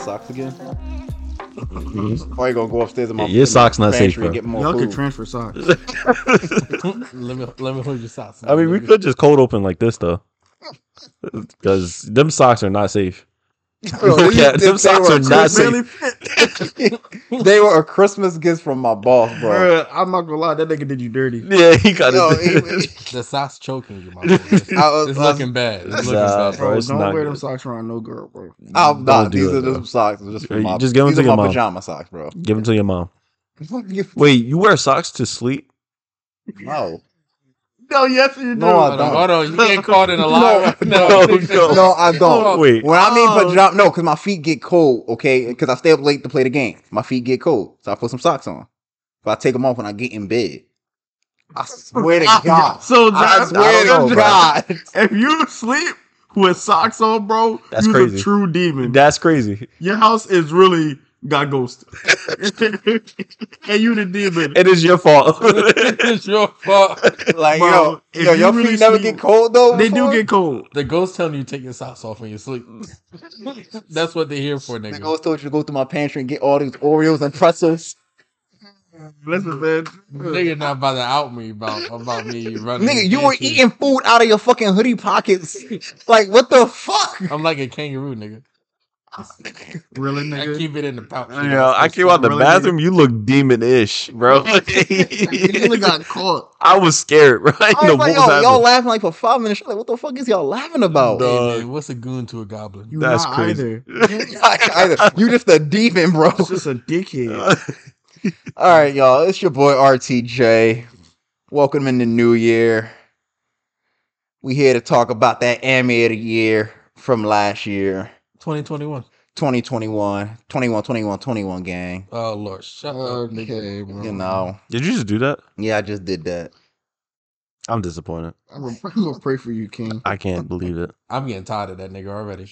socks again? Or you gonna go upstairs in my Your socks not safe, pantry and bro. get more Y'all could food? transfer socks. let me let me hold your socks. I mean, we could just cold open like this though, because them socks are not safe. Bro, Look these- at- them they socks were are a not Christmas- safe. Barely fit. They were a Christmas gift from my boss, bro. Bruh, I'm not gonna lie, that nigga did you dirty. Yeah, he got Yo, it. he- the socks choking you, my boy. It's, I was- it's I was- looking bad. It's looking Nah, bad. bro, Bro, it's don't not wear good. them socks around no girl, bro. I'm Don't not. do These it, are bro. just socks. Just, for You my, just give 'em these to are your my mom. pajama socks, bro. Give them to your mom. You- Wait, you wear socks to sleep? no, No, yes you do. No, I Hold on, don't. hold on. You get caught in a lie No, right now. No, no, no, I don't. Oh, Wait, When I Oh. mean pajama, no, because my feet get cold. Okay, because I stay up late to play the game. My feet get cold, so I put some socks on. But I take them off when I get in bed. I swear to God. So I Josh, swear to don't know, bro. God. if you sleep with socks on, bro, That's you're crazy. a true demon. that's crazy. Your house is really got ghost. and you the demon. It is your fault. it's your fault. Like Bro, yo, if yo, you your really feet never sleep- get cold though. They do before? get cold. The ghost telling you to take your socks off when you sleep. That's what they're here for, The nigga. ghost told you to go through my pantry and get all these Oreos and pretzels. Listen, man. Nigga not about to out me about about me running. Nigga, the you were pantry. eating food out of your fucking hoodie pockets. Like, what the fuck? I'm like a kangaroo, nigga. Really, I nigga. keep it in the pouch. Yeah, you know, Yo, I first came out thing. the Really? bathroom. You look demon-ish, bro. You really got caught. I was scared, bro. I didn't I know was what like, was yo, y'all happening. laughing like for five minutes. Like, what the fuck is y'all laughing about? No. Hey, oh, Dog. man, what's a goon to a goblin? You That's not crazy. Either you just a demon, bro. either. It's just a dickhead. All right, y'all. It's your boy RTJ. Welcome in the new year. We here to talk about that anime of the year from last year, 2021. 2021, 21, 21, 21 gang. Oh Lord, shut up, nigga. Okay, bro. You know, Did you just do that? yeah, I just did that. I'm disappointed. I'm gonna- I'm gonna pray for you, King. I can't believe it. I'm getting tired of that nigga already.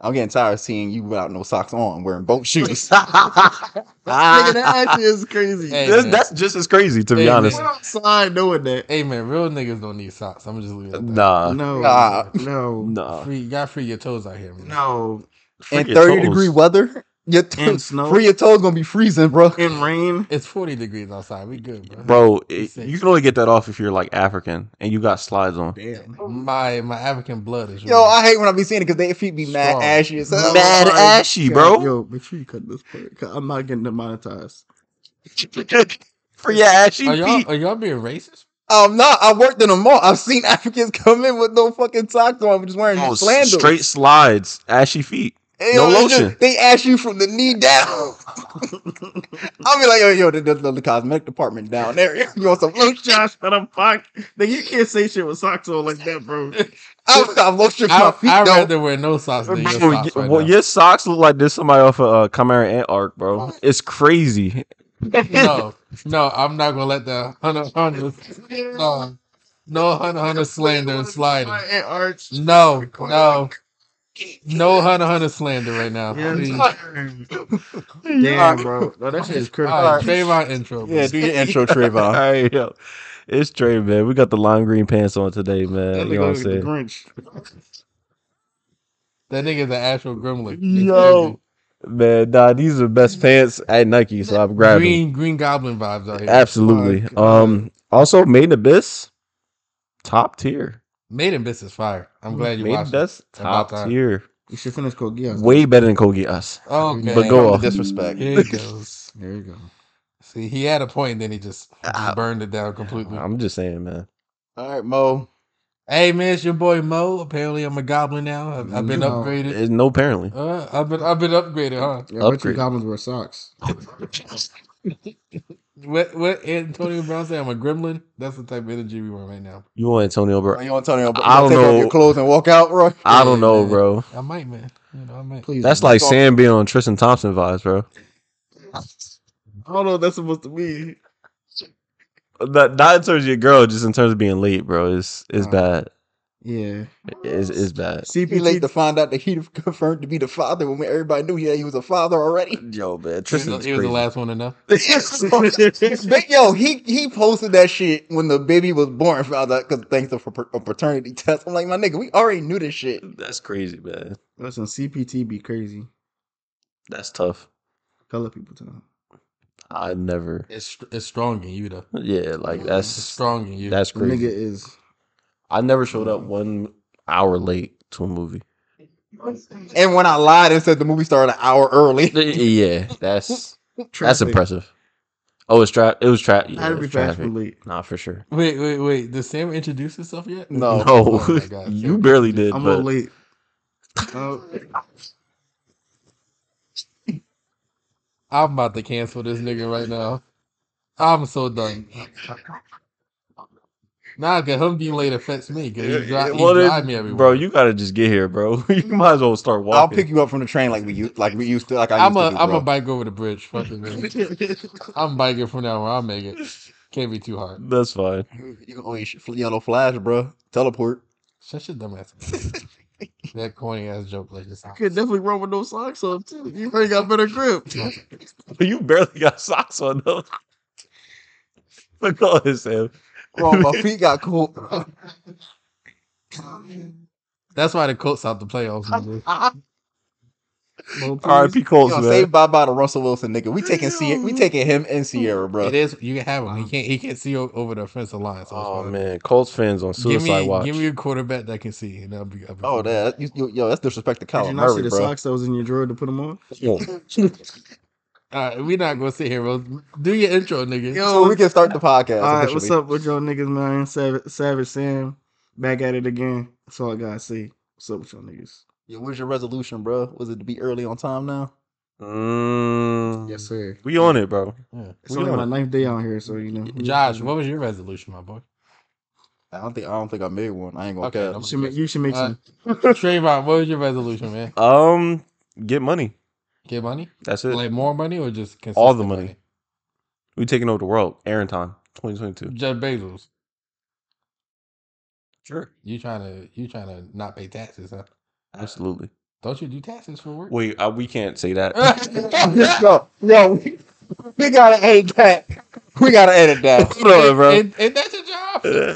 I'm getting tired of seeing you without no socks on, wearing boat shoes. Ah, Nigga, that actually is crazy. Hey, That's, man. that's just as crazy, to Hey, be honest. We're outside knowing that. Hey man, real niggas don't need socks. I'm just leaving. it at that. Nah, No, Nah. no, nah. Free, you gotta free your toes out here. Man. no. In 30 Freaking toes. degree weather, your And toes, snow free your toes gonna be freezing, bro. and rain. It's 40 degrees outside. We good, bro. bro. It, sick. you can only get that off if you're like African and you got slides on. Damn. My my African blood is Yo, I hate when I be seeing it because they feet be mad Strong. ashy. as hell. Mad my ashy, bro. Yo, make sure you cut this part. 'cause I'm not getting demonetized. For your ashy are y'all feet. are y'all being racist? I'm not. I worked in a mall. I've seen Africans come in with no fucking socks on, just wearing Oh, s- sandals. straight slides, ashy feet. And, no yo, it's just- lotion. they ask you from the knee down. I'll be like, yo, yo, the, the, the cosmetic department down there. You want some lotion? Josh, that I'm fucked. Nigga, you can't say shit with socks on like that, bro. I'll, I'll lotion my I, feet I'd though. rather wear no socks than your Bro, y- socks right well, now. your socks look like this somebody off of uh, Chimera Ant Arc, bro. It's crazy. No, no, I'm not gonna let the hunter hunter no, no hunter hunter slander and sliding. My arch. No, no, no hunter hunter slander right now. Please. All Damn, bro. No, that shit is critical. right, Trayvon intro. bro. Yeah, do your intro, All Trayvon. right, yo. It's Trey, man. We got the lime green pants on today, That man. You know what nigga I'm look like the saying? Grinch. That nigga's an actual gremlin. It's Yo, man, nah, these are the best pants at Nike, so I'm crazy. grabbing. green green goblin vibes out here. Absolutely. Fuck, Um. Also, Made in Abyss, top tier. Made in Biss is fire. I'm glad you Made in watched it. Abyss, About top that. tier. You should finish Code Geass. Way better than Kogi Us. Okay, But go Come off. to disrespect. Here it goes. There you go. See, he had a point, then he just, just Ah. burned it down completely. I'm just saying, man. All right, Mo. Hey man, it's your boy Mo. Apparently, I'm a goblin now. I've, I've been No. upgraded. There's no apparently. Uh, I've been I've been upgraded, huh? Yeah, I bet you Upgrade. goblins wear socks. What what Antonio Brown said? I'm a gremlin. That's the type of energy we want right now. You want Antonio, Are bro? you Antonio? Bro- I don't take off know. your clothes and walk out, bro. I don't know, man. bro. I might, man. You know, I might. Please. That's don't. like Sam being on Tristan Thompson vibes, bro. I don't know what that's supposed to be. Not, not in terms of your girl, just in terms of being late, bro. It's it's Uh, bad. Yeah. It's, it's bad. He late to CPT. find out that he confirmed to be the father when everybody knew he, he was a father already. Yo, man, He was, Tristan. the- he was the last one to know. But yo, he he posted that shit when the baby was born. Found out because thanks to for a paternity test. I'm like, my nigga, we already knew this shit. That's crazy, man. Listen, CPT be crazy. That's tough. Color people tonight. I never. It's it's strong in you though. Yeah, like It's that's strong in you. that's The nigga crazy. is. I never showed Mm. up one hour late to a movie. And when I lied and said the movie started an hour early, yeah, that's that's traffic. impressive. Oh, it's trap. It was trap. I had Yeah, to be it's fast traffic. for late. Nah, for sure. wait, wait, wait. Did Sam introduce himself yet? No. no, Oh my God. you barely did. I'm a but little late. Uh, I'm about to cancel this nigga right now. I'm so done. Nah, cause him being late affects me. Cause he, dri- he Well, then, drive me everywhere. Mm. bro, you gotta just get here, bro. you might as well start walking. I'll pick you up from the train like we used, like we used to, like I I'm used a to do. I'm a bro. bike over the bridge. Fucking I'm biking from now on. I'll make it. Can't be too hard. That's fine. you can only sh- yellow flash, bro. Teleport. Shut your dumb ass. up. that corny ass joke like this. could definitely run with no socks on too. You probably got better grip. You barely got socks on though. Look at this, Sam. Well, my feet got cold. That's why the Colts out the playoffs. nigga. Well, please. R.I.P. You Colts, know, man. say bye bye to Russell Wilson, nigga. We taking Sierra, we taking him and Sierra, bro. It is you can have him. He can't he can't see o- over the offensive line. So it's Oh fine. man, Colts fans on give suicide me watch. give me a quarterback that can see, and I'll be. I'll be Oh, that you, you, yo, that's disrespect to Did Kyler you not see Murray, the bro. socks that was in your drawer to put them on? All right, we're not gonna sit here, bro. Do your intro, nigga. Yo, So we can start the podcast. All right, officially. what's up with y'all niggas, man? Savage, Savage Sam, back at it again. That's all I gotta say. What's up with y'all niggas? Yo, what's your resolution, bro? Was it to be early on time now? Mm, sir. We on it, bro. It's we only on my it. ninth day out here, so you know. Josh, what was your resolution, my boy? I don't think I don't think I made one. I ain't gonna Okay, okay, I'm- You should make, you should make Uh, some. Trayvon, what was your resolution, man? Um, get money. Get money, That's it. like more money, or just consistent All the money. We taking over the world. Aaron time, 2022. Jeff Bezos, Sure, you trying to you trying to not pay taxes, huh? absolutely. Don't you do taxes for work? Wait, uh, we can't say that. yo, yo, we gotta edit that. We gotta edit that. Hold on, bro. And, and that's your job. Uh,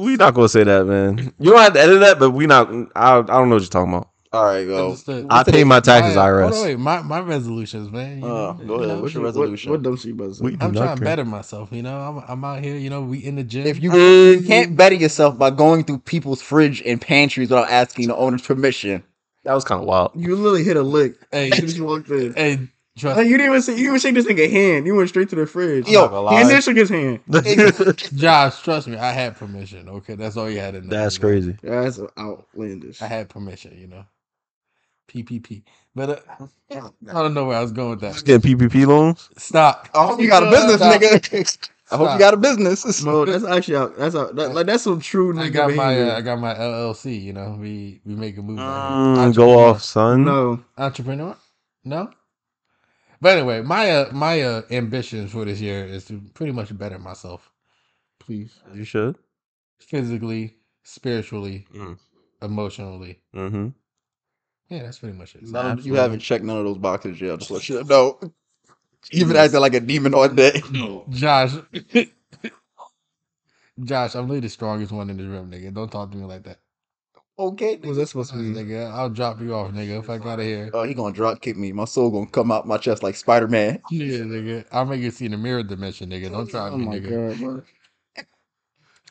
we not gonna say that, man. You don't have to edit that, but we not. I, I don't know what you're talking about. All right, yo. Understood. I pay my taxes, My- IRS. hold on, wait, my my resolutions, man. you Uh, know, go you ahead. know, What's your What- resolution? What, dumb shit about We do I'm not trying to care. better myself. You know, I'm I'm out here. You know, we in the gym. If you, you can't better yourself by going through people's fridge and pantries without asking the owner's permission, That was kind of wild. You literally hit a lick hey, as soon as you walked in. hey, trust Like you didn't even see, you didn't even shake this nigga hand. You went straight to the fridge. Yo, I'm not he gonna lie. initially shook his hand. Josh, trust me, I had permission. Okay, that's all you had in there. That's crazy. Yeah, that's outlandish. I had permission, you know. PPP, but uh, I don't know where I was going with Just that. getting PPP loans. Stop. I hope you got a business, nigga. I hope you got a business. Bro, that's actually out. That's out. That, like that's some true I nigga got my behavior. uh, I got my LLC. You know, we we make a move. Mm, go off, son. no, entrepreneur. No. But anyway, my uh, my uh, ambitions for this year is to pretty much better myself please. You should. physically, spiritually, Mm. emotionally. Mm-hmm. Yeah, that's pretty much it. None of- you Absolutely. haven't checked none of those boxes yet. Just let you know. You've been acting like a demon all day. Josh. Josh, I'm really the strongest one in this room, nigga. Don't talk to me like that. Okay. What was that supposed to be? Nigga, I'll drop you off, nigga. Fuck out of here. Oh, he gonna drop kick me. My soul gonna come out my chest like Spider Man. Yeah, nigga. I'll make you see in the mirror dimension, nigga. Don't try Oh me, my nigga. god, bro.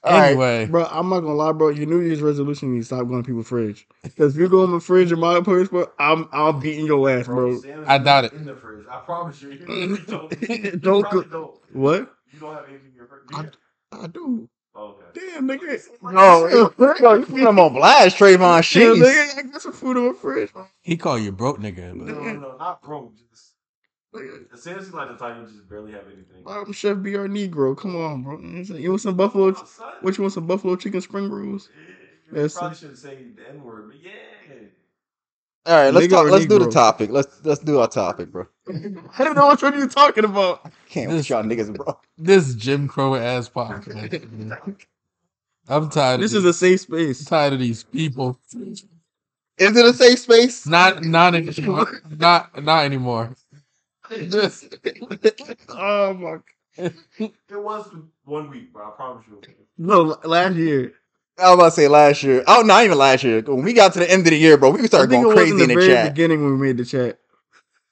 All right. anyway, Bro, I'm not gonna lie, bro. Your New Year's resolution is stop going to people's fridge. Cause if you go in my fridge in my place, bro, I'm I'm beating your ass, bro. I doubt it. In the fridge, I promise you. You don't. You Don't probably go- don't. What? You don't have anything in your fridge. do I- you? I do. Oh, okay. Damn, nigga. No, yo, you put him on blast, Trayvon. Damn, She's nigga. I got some food in my fridge. he called you broke, nigga. No, But no, no, not broke. Just Nigga, it seems like the time you just barely have anything. I'm Chef BR Negro. Come on, bro. You want some buffalo? Oh, son. What you want? Some buffalo chicken spring rolls? Yeah, You That's- probably shouldn't say the N word, but yeah. all right. Let's Nigga talk. or Let's do the Negro? topic. Let's let's do our topic, bro. I don't know what you're talking about. Can't with This- y'all niggas, bro. this Jim Crow ass podcast. I'm tired. This of is a safe space. tired of these people. Is it a safe space? Not not anymore. not not anymore. Just Oh my. God. It was one week, bro. I promise you. No, last year. I was about to say last year. Oh, not even last year. When we got to the end of the year, bro, we I started think going it was crazy in the in the very chat. beginning when we made the chat.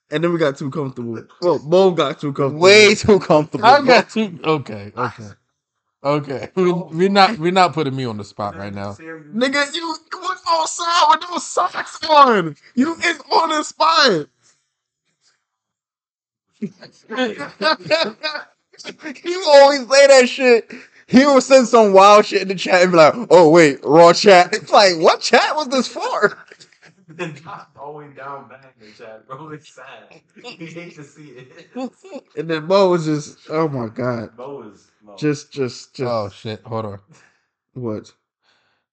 and then we got too comfortable. Well, Bo got too comfortable. Way too comfortable. I got two. Okay, okay, okay. We, we're not we're not putting me on the spot right now. Nigga, you went outside with no socks on. You is on the spot. you always say that shit. He will send some wild shit in the chat and be like, "Oh wait, raw chat." It's like, what chat was this for? Then dropped all the way down back in the chat, bro. It's sad. You hate to see it. And then Bo was just, oh my god, Bo is no. just, just, just Oh shit! Hold on. what?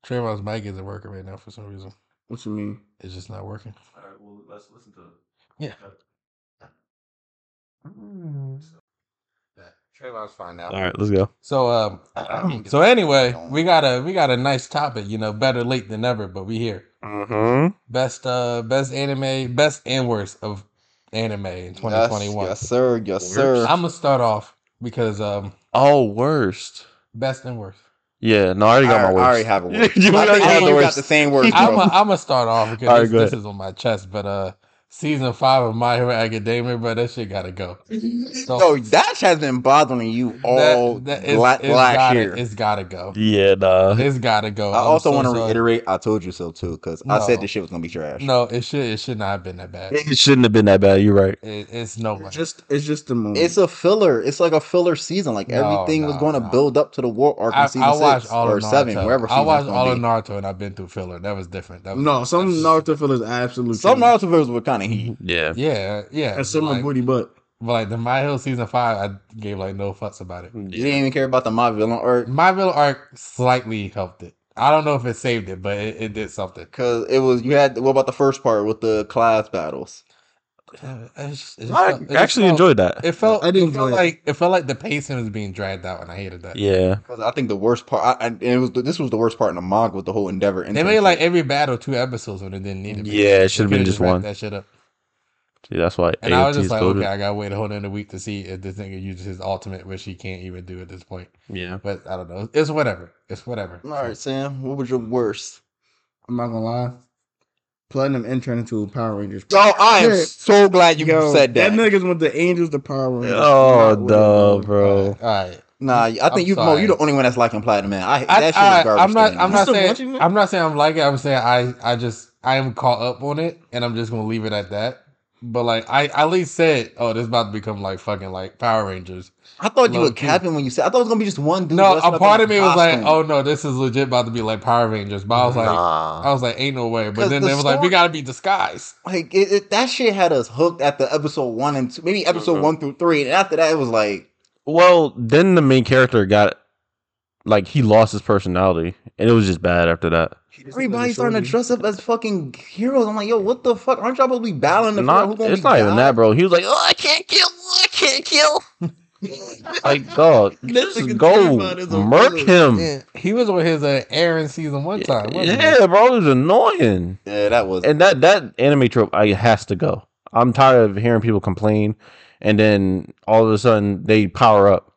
Trayvon's mic isn't working right now for some reason. What you mean? It's just not working. All right, well, let's listen to it. Yeah. Mm. Trayvon's fine now. All right, let's go. So um, so anyway, we got a we got a nice topic. You know, better late than never. But we here. Mm-hmm. Best uh best anime, best and worst of anime in 2021. Yes, yes, sir. Yes, sir. I'm gonna start off because um Oh, worst. best and worst. Yeah, no, I already got I, my worst. I already have a word. you I already think have you the got worst. the same words, I'm bro. a, I'm gonna start off because All right, go this, this ahead. is on my chest. But uh, season five of My Hero Academia, bro, that shit gotta go. So Yo, that has been bothering you all it's- la- it's last gotta, year. It's gotta go. yeah, nah. It's gotta go. I I'm also so want to sorry. reiterate, I told you so too, because I said No. this shit was gonna be trash. No, it should it should not have been that bad. It, It shouldn't have been that bad. You're right. it's no way. Just, it's just the moment. It's a filler. It's like a filler season. Like No, everything was no, going to no. build up to the war arc in I, season I watched six all or of Naruto. seven, wherever I season's watched all gonna of be. Naruto, and I've been through filler. That was different. That was no, some that's- Naruto fillers absolutely. Some Naruto fillers were kind of heat. Yeah. Yeah, yeah. and some are like, booty butt. but like the My Hero season five, I gave like no fucks about it. You didn't even care about the my villain arc My Hero arc slightly helped it. I don't know if it saved it, but it, it did something. because it was you had. What about the first part with the class battles? Uh, it just- it just I felt- it just actually felt- enjoyed that. It felt. I didn't it felt enjoy it. like it felt like the pacing was being dragged out, and I hated that. Yeah. Because I think the worst part, I, I, and it was this was the worst part in the manga with the whole Endeavor. They made like every battle two episodes when it didn't need to be. Yeah, it They should have been could've just wrapped one. That shit up. Dude, that's why And I was AOT just is like, golden. okay, I gotta wait a whole another week to see if this nigga uses his ultimate, which he can't even do at this point. Yeah. But I don't know. It's whatever. It's whatever. All right, Sam, what was your worst? I'm not gonna lie. Platinum intern into a Power Rangers. Oh, I am Yeah. so glad you Yo, said that. niggas went the Angels to Power Rangers. Oh, Not with it, duh, bro. All bro. right. All right. nah, I I'm think you, Mo, sorry. you the only one that's liking Platinum Man. I, I, that shit I, is garbage. I'm to not. me I'm now. not still saying. watching it? I'm not saying I'm like it. I'm saying I. I just. I am caught up on it, and I'm just gonna leave it at that. But like, I I at least said, oh, this about to become like fucking like Power Rangers. I thought you Low were key. capping when you said. I thought it was gonna be just one dude. No, dressed up a in part of me was like, costume. oh no, this is legit about to be like Power Rangers. But I was like, nah. I was like, ain't no way. But 'Cause then the they was like, we story- gotta be disguised. like it, it, that shit had us hooked at the episode one and two, maybe episode Mhm. one through three, and after that it was like, Well, then the main character got like he lost his personality, and it was just bad after that. Everybody's starting to dress up as fucking heroes. I'm like, yo, what the fuck? Aren't y'all supposed to be battling the Not, who gonna it's be not even that, God? bro. He was like, "Oh, I can't kill! Oh, I can't kill!" like, dog, just go murk him. Yeah, Yeah, he was with his uh, Aaron season one time. Wasn't he? bro, it was annoying. Yeah, that was. And that that anime trope, I has to go. I'm tired of hearing people complain, and then all of a sudden they power up.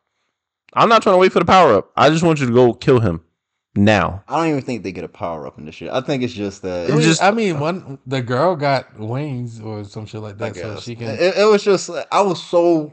I'm not trying to wait for the power up. I just want you to go kill him now. I don't even think they get a power up in this shit. I think it's just that. I It mean, was just- I mean, one the girl got wings or some shit like I that, so guess. she can. It, it was just I was so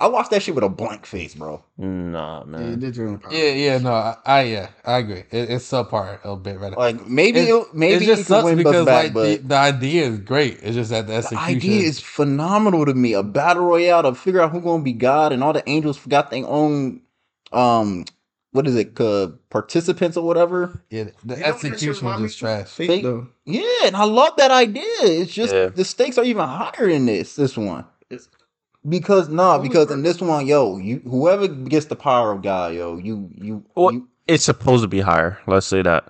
I watched that shit with a blank face, bro. Nah, Yeah, it man. did turn into Power Yeah, yeah, no, I, I yeah, I agree. It, it's subpar a bit right now. Like maybe It's- it, maybe it just it could sucks win because us back, like but the, the idea is great. It's just that the the execution. idea is phenomenal to me. A battle royale to figure out who gonna be God, and all the angels forgot their own um, what is it, uh, participants or whatever. yeah, the You know what that shit execution remind me was just trash. Fate, Fate. though. Yeah, and I love that idea. It's just Yeah. the stakes are even higher in this this one. Because nah, because in this one, yo, you whoever gets the power of God, yo, you you, Well, you It's supposed to be higher. Let's say that.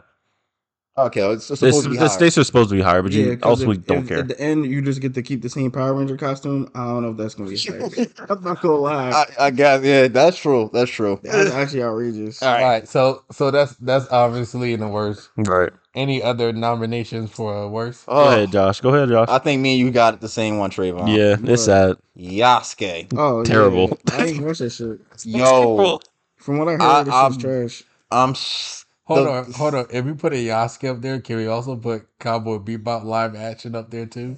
okay, it's supposed It's, to be the higher. stakes are supposed to be higher, but Yeah, you 'cause also if- don't if care. At the end, you just get to keep the same Power Ranger costume. I don't know if that's gonna be fair. I'm not gonna lie. I, I guess yeah, that's true. That's true. That's actually outrageous. All All right. right, so so that's that's obviously in the worst. Right. Any other nominations for uh, worst? Go Oh, ahead, Josh. Go ahead, Josh. I think me and you got it the same one, Trayvon. yeah, What? it's sad. Yasuke. Oh, yeah. Terrible. I ain't watch that shit. Yo, From what I heard, I- um, this shit's I'm- trash. I'm s- Hold the- on, hold on. If we put a Yasuke up there, can we also put Cowboy Bebop live action up there too?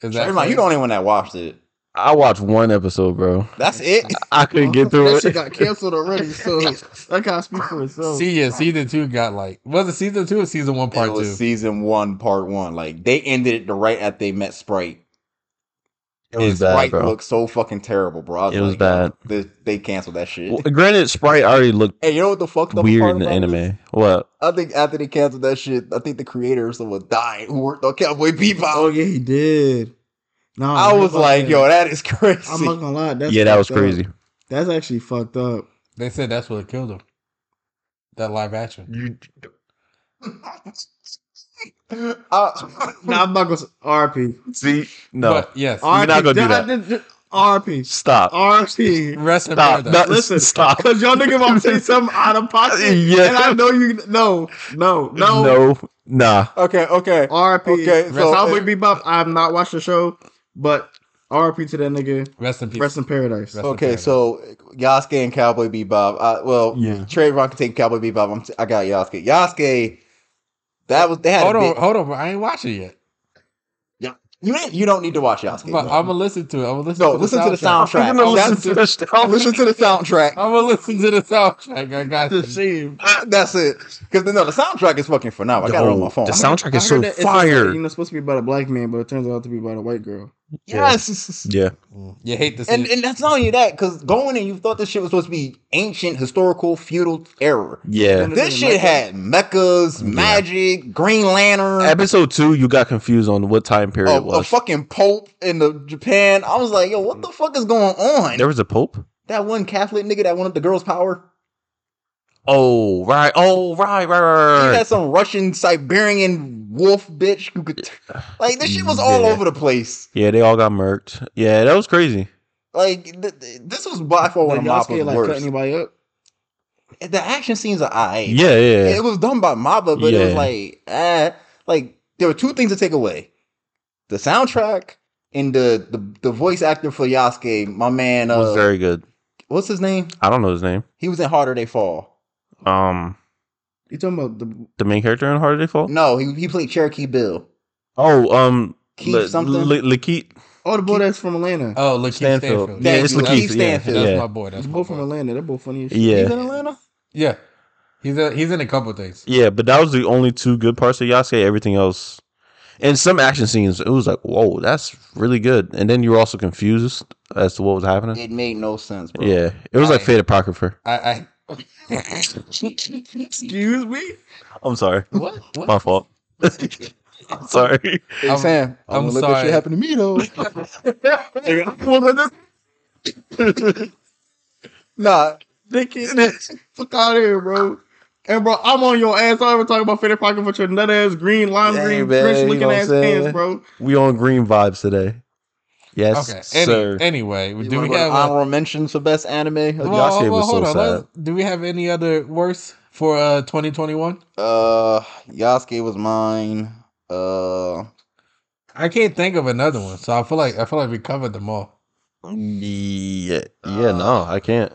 Is Trayvon, you the correct? only one that watched it. I watched one episode, bro. That's it. I couldn't get through that it. shit got canceled already, so that kind of speaks for itself. See, yeah, season two got like was it season two or season one part it two? was season one, part one. Like they ended it the right at they met Sprite. It was And bad, Sprite bro. looked so fucking terrible, bro. I It was like, bad. They, they canceled that shit. Well, granted, Sprite already looked Hey, you know what the fucked up weird part in the about anime. this? What? I think after they canceled that shit, I think the creators were dying who worked on Cowboy Bebop. Oh yeah, he did. No, uh, I was like, yo, that is crazy. I'm not gonna lie. That's yeah, that was fucked up. crazy. That's actually fucked up. They said that's what killed him. That live action. I- Nah, I'm not gonna say RP. See, no, But yes. All right. not gonna do Nah, that. d- d- RP. stop, Oh, RP. Rest in stop, paradise. No, Listen. stop. Cause y'all nigga about to say something out of pocket. Yeah. And I know you no, no, no. no, nah. okay, okay. RP. Okay, so- Cowboy Bebop, I have not watched the show, but RP to that nigga. Rest in peace. Rest in paradise. Rest- Okay, so Yasuke and Cowboy Bebop. I, well, Yeah. Trayvon can take Cowboy Bebop. I'm t- I got Yasuke. Yasuke, that was they had. hold a on, big- hold on, bro. I ain't watching it yet. You ain't- you don't need to watch Yasuke. But I'm gonna listen to it. I'm gonna listen No, to the listen to soundtrack. the soundtrack. I'm gonna That's- listen to this. listen to the soundtrack. I'm gonna listen to the soundtrack. I got It's a you. shame. That's it. Because no, the soundtrack is fucking phenomenal. I got it on my phone. Oh, The soundtrack is I so heard that it's supposed to- fire. You know, it's supposed to be about a black man, but it turns out to be about a white girl. yes. yeah, Mm, You hate to see And it. and that's not only that, because going in, you thought this shit was supposed to be ancient, historical, feudal era. This yeah. Isn't it shit Mecca? had mechas, Yeah. magic, Green Lantern, Episode two, you got confused on what time a, period a it was. fucking pope in the Japan. I was like, yo, what the fuck is going on? There was a pope. that one Catholic nigga that wanted the girl's power. Oh right, oh He right, right, right, right. had some Russian Siberian wolf bitch who could, like, this shit was all Yeah. over the place. Yeah, they all got murked. Yeah, that was crazy. Like, th- th- this was by far one Like, of Mappa's Yasuke, like, cut worst. anybody up. The action scenes are I. Yeah, yeah. It was done by Mappa, but it was Yeah. like, ah, like there were two things to take away: the soundtrack and the the, the voice actor for Yasuke. My man, It was uh, very good. what's his name? I don't know his name. He was in Harder They Fall. Um, You talking about the the main character in Hard Day Fall. No, he he played Cherokee Bill. Oh, um, Keith Le- something? Le- Lakeith Oh, the boy that's from Atlanta. Oh, look, Stanfield. Stanfield. Yeah, Thank it's you, Lakeith. Lakeith Yeah, Stanfield. That's yeah. my boy. They're That's my both from boy. Atlanta. They're both funny as shit. He's yeah, in Atlanta. Yeah, he's a, he's in a couple things. yeah. But that was the only two good parts of Yasuke. Everything else, and some action scenes, it was like, whoa, that's really good. And then you were also confused as to what was happening. It made no sense, bro. Yeah, it was like I- Fate Apocrypha. I, I Excuse me? I'm sorry, what? what? my fault. I'm sorry. Hey, I'm- Sam, I'm I'm, gonna "Oh, look what sorry. shit happened to me though. Nigga, I'm one of the- nah, Dick in it. Fuck out of here, bro. And bro, I'm on your ass. I ever talk about fitted pocket with your nut ass green, lime Hey, green, man, French you know looking what I'm ass saying? pants, bro. We on green vibes today. Yes, Okay. Any, sir. Anyway, you do wanna we go to have a, honorable mentions for best anime? well, Y'all shit well, was so hold on. sad. let's- Do we have any other worse for uh 2021? Uh, Yasuke was mine. Uh, I can't think of another one, so I feel like I feel like we covered them all. yeah, yeah. Uh, No, I can't.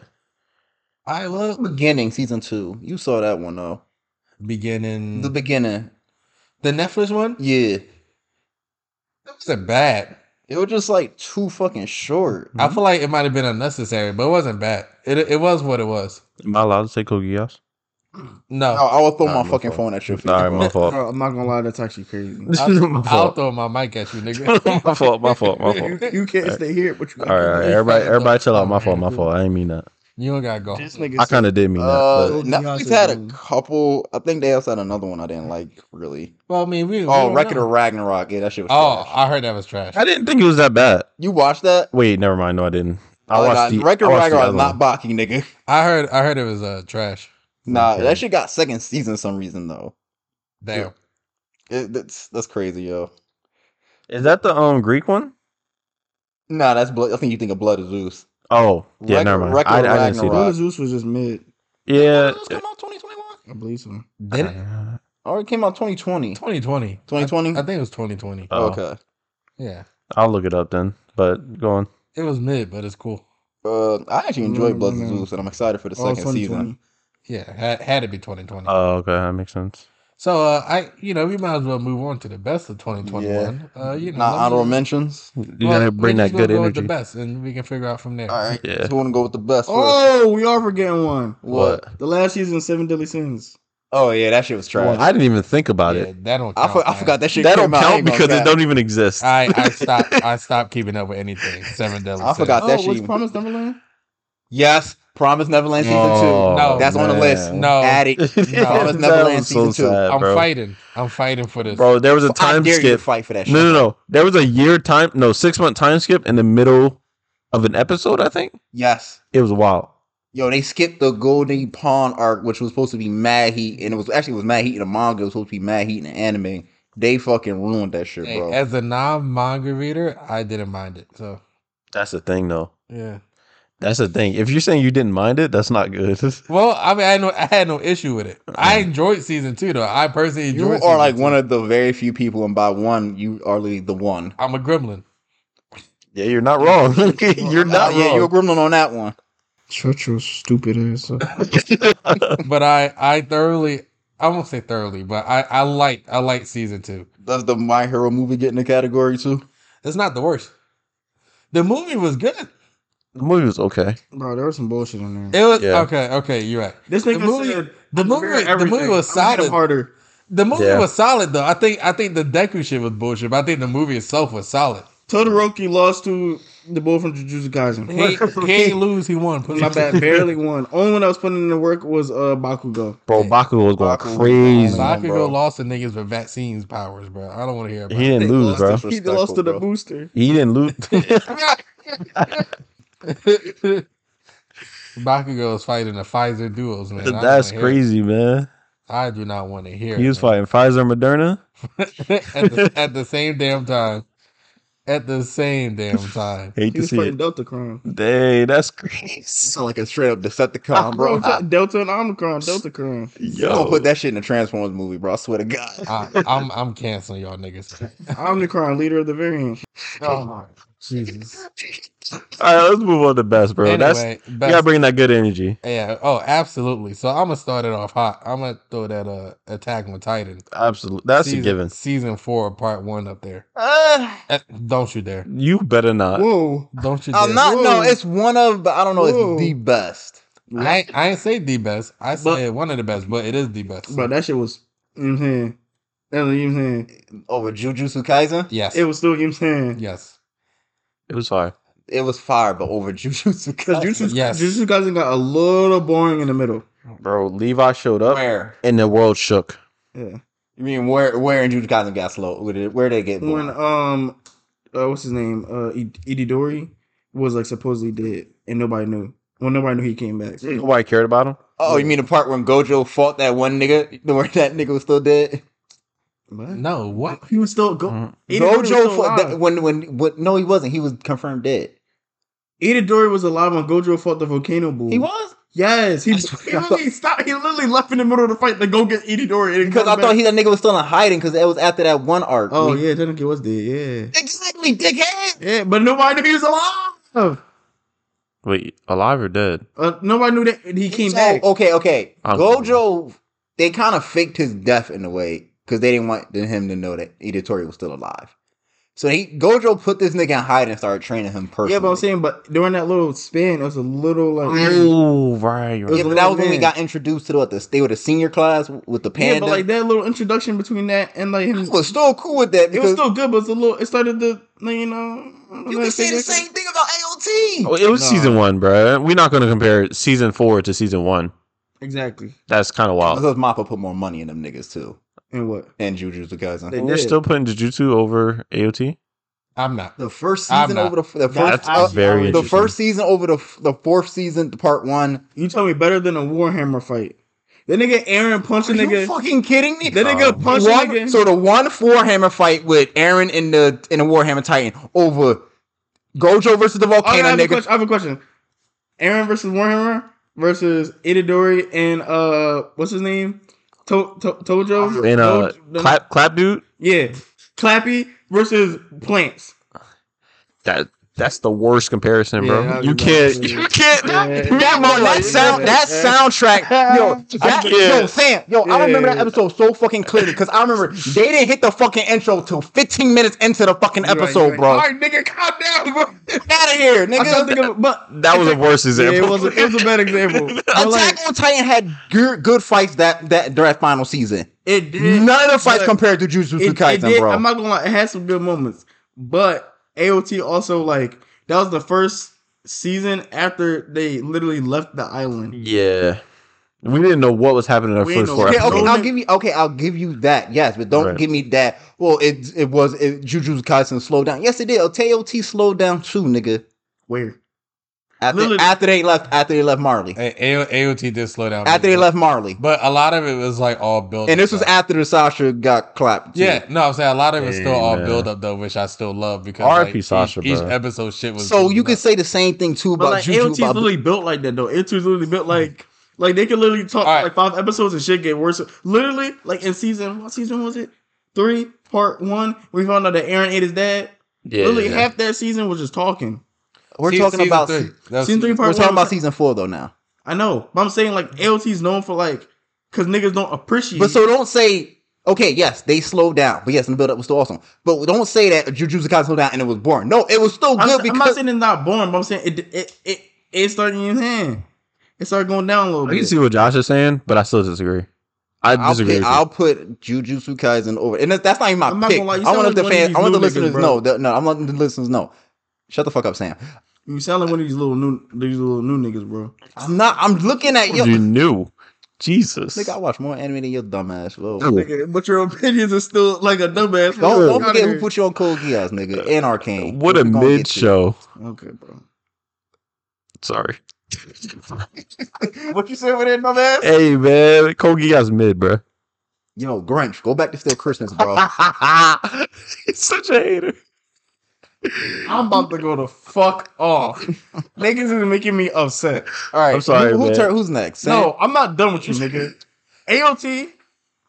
I love beginning season two. You saw that one though. beginning Mm. The the, beginning. Netflix one. Yeah. That wasn't bad. It was just like too fucking short. Mm. I feel like it might have been unnecessary, but it wasn't bad. It it was what it was. Am I allowed to say Kogias? I, No, I will throw Nah, my my fucking fault. phone at your face. Sorry, bro. my fault. Bro, I'm not gonna lie, that's actually crazy. This is I'll, my I'll fault. throw my mic at you, nigga. my fault. My fault. My fault. You can't stay here, but you All right, all right. everybody, everybody, chill out. My fault. My fault. I didn't mean that. You don't gotta go. This nigga I kind of did mean Uh, that. But- Netflix had a couple. I think they also had another one I didn't like really. Well, I mean, we. Oh, record Record of Ragnarok. Yeah, that shit was Oh, trash. I heard that was trash. But I didn't think it was that bad. You watched that? Wait, never mind. No, I didn't. I Oh, watched nah, Record the I of watched the Ragnarok other is not one. Baki, nigga. I heard. I heard it was uh, trash. Nah, Okay. that shit got second season some reason though. Damn. It, that's that's crazy, yo. Is that the um Greek one? Nah, that's blood. I think you think of Blood of Zeus. Oh, yeah. Record- never mind. Record I, I of didn't see Ragnarok. that. Luna Zeus was just mid. Yeah. Blood of Zeus come out 2021? I believe so. Did it? Uh, Or it came out 2020. 2020. 2020? I, I think it was 2020. Oh, Okay. Yeah. I'll look it up then. But go on. It was mid, but it's cool. Uh, I actually enjoy Mm, Blood of mm. Zeus, and I'm excited for the Oh, second season. 2020. Uh. Yeah. Had, had to be 2020. Oh, okay. That makes sense. So uh, I, you know, we might as well move on to the best of 2021. Uh, you know, Not let me- honorable mentions. You well, gotta bring we're that just gonna good go with energy. The best, and we can figure out from there. All right. Yeah. Who want to go with the best? first? Oh, we are forgetting one. What? The last season, Seven Deadly Sins. Oh yeah, that shit was trash. I didn't even think about yeah, it. that don't. I, Count, for, I man. forgot that shit. That don't came out. I count ain't gonna because it cap. don't even exist. I I stopped. I stopped keeping up with anything. Seven Deadly I Sins. forgot that Oh, shit. what's even- Promise Neverland? Yes, Promise Neverland season Oh, two. No. That's on the list. man. No. Add it. Promise That Neverland was so season two. sad, I'm bro. fighting. I'm fighting for this. Bro, there was a time I dare you to skip. fight for that shit. No, no, no. There was a year time, no, six month time skip in the middle of an episode. I think Yes. it was wild. Yo, they skipped the Golden Pawn arc, which was supposed to be Mad Heat, and it was actually it was Mad Heat in the manga. It was supposed to be Mad Heat in the anime. They fucking ruined that shit, Hey, bro. as a non manga reader, I didn't mind it. So That's the thing, though. yeah. That's the thing. If you're saying you didn't mind it, that's not good. Well, I mean, I know I had no issue with it. I enjoyed season two though. I personally Mm-hmm. you enjoyed. are like one of the very few people, and by one, you are really the one. I'm a gremlin. yeah, you're not wrong. you're Nah, not yeah, you're a wrong. gremlin on that one. Shut your stupid ass up. but I I thoroughly I won't say thoroughly, but I I like I like season two. Does the My Hero movie get in the category too? It's not the worst. The movie was good. the movie was okay. Bro, there was some bullshit in there. It was Yeah. okay. Okay, you're right. This The movie- said, The movie "Mirror the movie everything. was I'm hitting solid. harder. The movie Yeah. was solid though. I think I think the Deku shit was bullshit, but I think the movie itself was solid. Todoroki lost to the boy from Jujutsu Kaisen. He, ain't- he ain't lose, he won. My bad, barely won. Only one I was putting in the work was uh Bakugo. Bro, Bakugo was going Bakugo. crazy. Bakugo. Bakugo Come on, bro. lost to niggas with vaccines powers, bro. I don't want to hear about He it. didn't lose, bro. That's He lost to the respectful, bro. booster. He didn't lose. Bakugo is fighting the Pfizer duos, man. I don't That's wanna hear it. crazy, man. I do not want to hear He it, was man. fighting Pfizer, Moderna. at, the, at the same damn time. At the same damn time. Hate He to was see fighting it. Delta Crown. Dang, that's crazy. Sound like a straight up Decepticon, Bro, bro. it's like Delta and Omicron, Delta Crown. You gonna Yo, put that shit in the Transformers movie, bro? I swear to God. I, I'm I'm canceling y'all niggas. Omicron, leader of the variant. Oh my Jesus. all right, let's move on to best, bro. that's anyway, you gotta best, bring that good energy. yeah. Oh, absolutely. So I'm gonna start it off hot. I'm gonna throw that uh Attack on Titan. Absolutely, that's season, a given. Season four, part one, up there. Uh, Eh, don't you dare! You better not. Whoa. Don't you dare! I'm not. No, Whoa. it's one of. But I don't know. Whoa. It's the best. I ain't, I ain't say the best. I But- said one of the best, but it is the best. Bro, that shit was you know what I'm saying. That's what you know what I'm saying. Over Jujutsu Kaisen, yes, It was still you know what I'm saying. yes. It was fire. it was fire, but over Jujutsu Because Kaisen, Jujutsu, Yes. Jujutsu Kaisen got a little boring in the middle. Bro, Levi showed up where and the world shook. Yeah. you mean where where in Jujutsu Kaisen got slow? Where did, where they get When born? um uh, what's his name? Uh I- Itadori was like supposedly dead and nobody knew. Well nobody knew he came back. Nobody cared about him. Oh, you mean the part when Gojo fought that one nigga, where that nigga was still dead? What? No, what? He was still go Mhm. Itadori was Gojo still fought that, alive. when when what? No, he wasn't. He was confirmed dead. Itadori was alive when Gojo fought the volcano bull. He was Yes, he, I he swear- literally stopped. He literally left in the middle of the fight to go get Itadori. and because come I back. thought he that nigga was still in hiding because that was after that one arc. Oh We- yeah, Denki was dead. exactly, dickhead. Yeah, yeah, but nobody knew he was alive. Wait, alive or dead? Uh, nobody knew that he came So, back. Okay, okay. I'm- Gojo, they kind of faked his death in a way because they didn't want him to know that Itadori was still alive. So he Gojo put this nigga in hide and started training him personally. Yeah, but I'm saying, but during that little span, it was a little like. Oh, right. right. Yeah, It was but that was when we man. got introduced to the, what, the they were the senior class with the Yeah, panda. but like that little introduction between that and like him, I was still cool with that it because was still good, but it's a little. It started to, like, you know. you can say the same thing about AOT. Oh, it was Nah. season one, bro. We're not gonna compare season four to season one. Exactly. That's kind of wild. Because Mappa put more money in them niggas too, And what? and Jujutsu Kaisen. They They're did. still putting Jujutsu over AOT. I'm not. The first I'm season not- over the, the first That's I- very I- the the interesting. first season over the f- the fourth season, part one. You tell me better than a Warhammer fight. That nigga Aaron punched a Are you nigga. fucking kidding me? That nigga Um, punched a One- nigga. so the one Warhammer fight with Aaron in the in the Warhammer Titan over Gojo versus the Oh, yeah, I, volcano have a nigga. question, I have a question. Aaron versus Warhammer versus Itadori and uh, what's his name? To- to- Tojo. and uh, Tojo- clap, clap, dude. Yeah, Clappy versus Plants. That That's the worst comparison, bro. Yeah, I you know. can't. Yeah. You can't. Yeah. That, mo- that sound that soundtrack, yo, that, Yeah. yo, Sam, yo, I remember that Yeah. episode so fucking clearly because I remember they didn't hit the fucking intro till 15 minutes into the fucking You're right, episode, you're right. bro. All right, nigga, calm down, bro. Out of here, I nigga. tried to think of, but That was a worse yeah, example. it was a, it was a bad example. But like, Attack on Titan had good, good fights that that that final season. it did. None of the fights but compared to Jujutsu it, it Kaisen, did. bro. I'm not gonna lie, it had some good moments, but AOT also like that was the first season after they literally left the island. yeah. We didn't know what was happening in the We didn't first know four what- okay, episodes. okay, No, I'll nigga. give you. Okay, I'll give you that. Yes, but don't Right. give me that. Well, it it was it, Jujutsu Kaisen slowed down. Yes, it did. T.O.T. slowed down too, nigga. Where? After, Literally- after they left, after they left Marley, A- A- AOT did slow down. after they left Marley, But a lot of it was like all built and this was after the Sasha got clapped. too. Yeah, no, I'm saying a lot of it's still Hey, all man. build up though, which I still love because R.I.P. like, each- Sasha, each, bro. episode shit was. So you building could up. say the same thing too But about like AOT Jujutsu. is about- literally built like that though. AOT is literally built like like they could literally talk All right. like five episodes and shit get worse. Literally, like in season what season was it? Three, part one. We found out that Aaron ate his dad. Yeah. literally half that season was just talking. we're Se- talking season about three. That's- season three, part we're one talking about was- season four though now. I know, but I'm saying like AOT's known for like because niggas don't appreciate. Mm-hmm. But so don't say, okay, yes, they slowed down, but yes, and the build up was still awesome. But don't say that Jujutsu Kaisen slowed down and it was boring. No, it was still I'm, good I'm not because saying it's not boring, but I'm saying it it it it started in his hand. It started going down a little I can bit. see what Josh is saying, but I still disagree. I I'll, disagree. pick, with you. I'll put Jujutsu Kaisen over, and that- that's not even my I'm not pick. gonna lie, you I sound want like the one of fans, these I want the new niggas, listeners bro. know. that- No, I'm letting the listeners know. Shut the fuck up, Sam. You sound like one of these little new these little new niggas, bro. I'm not. I'm looking at you. you knew. Jesus. Nigga, I watch more anime than your dumb ass. Whoa. Ooh. Nigga, but your opinions are still like a Don't, dumbass. Get don't outta forget here. who put you on Cold Geass, nigga, and Arcane. Uh, What a We're gonna get mid to. show. Okay, bro. Sorry. What you say over there, dumb ass? Hey man, Kogi guy's mid, bro. Yo, Grinch, go back to Still Christmas, bro. He's such a hater. I'm about to go to fuck off. niggas is making me upset. All right, I'm sorry, Who, who man. turn- who's next? Sam? No, I'm not done with you, nigga. AOT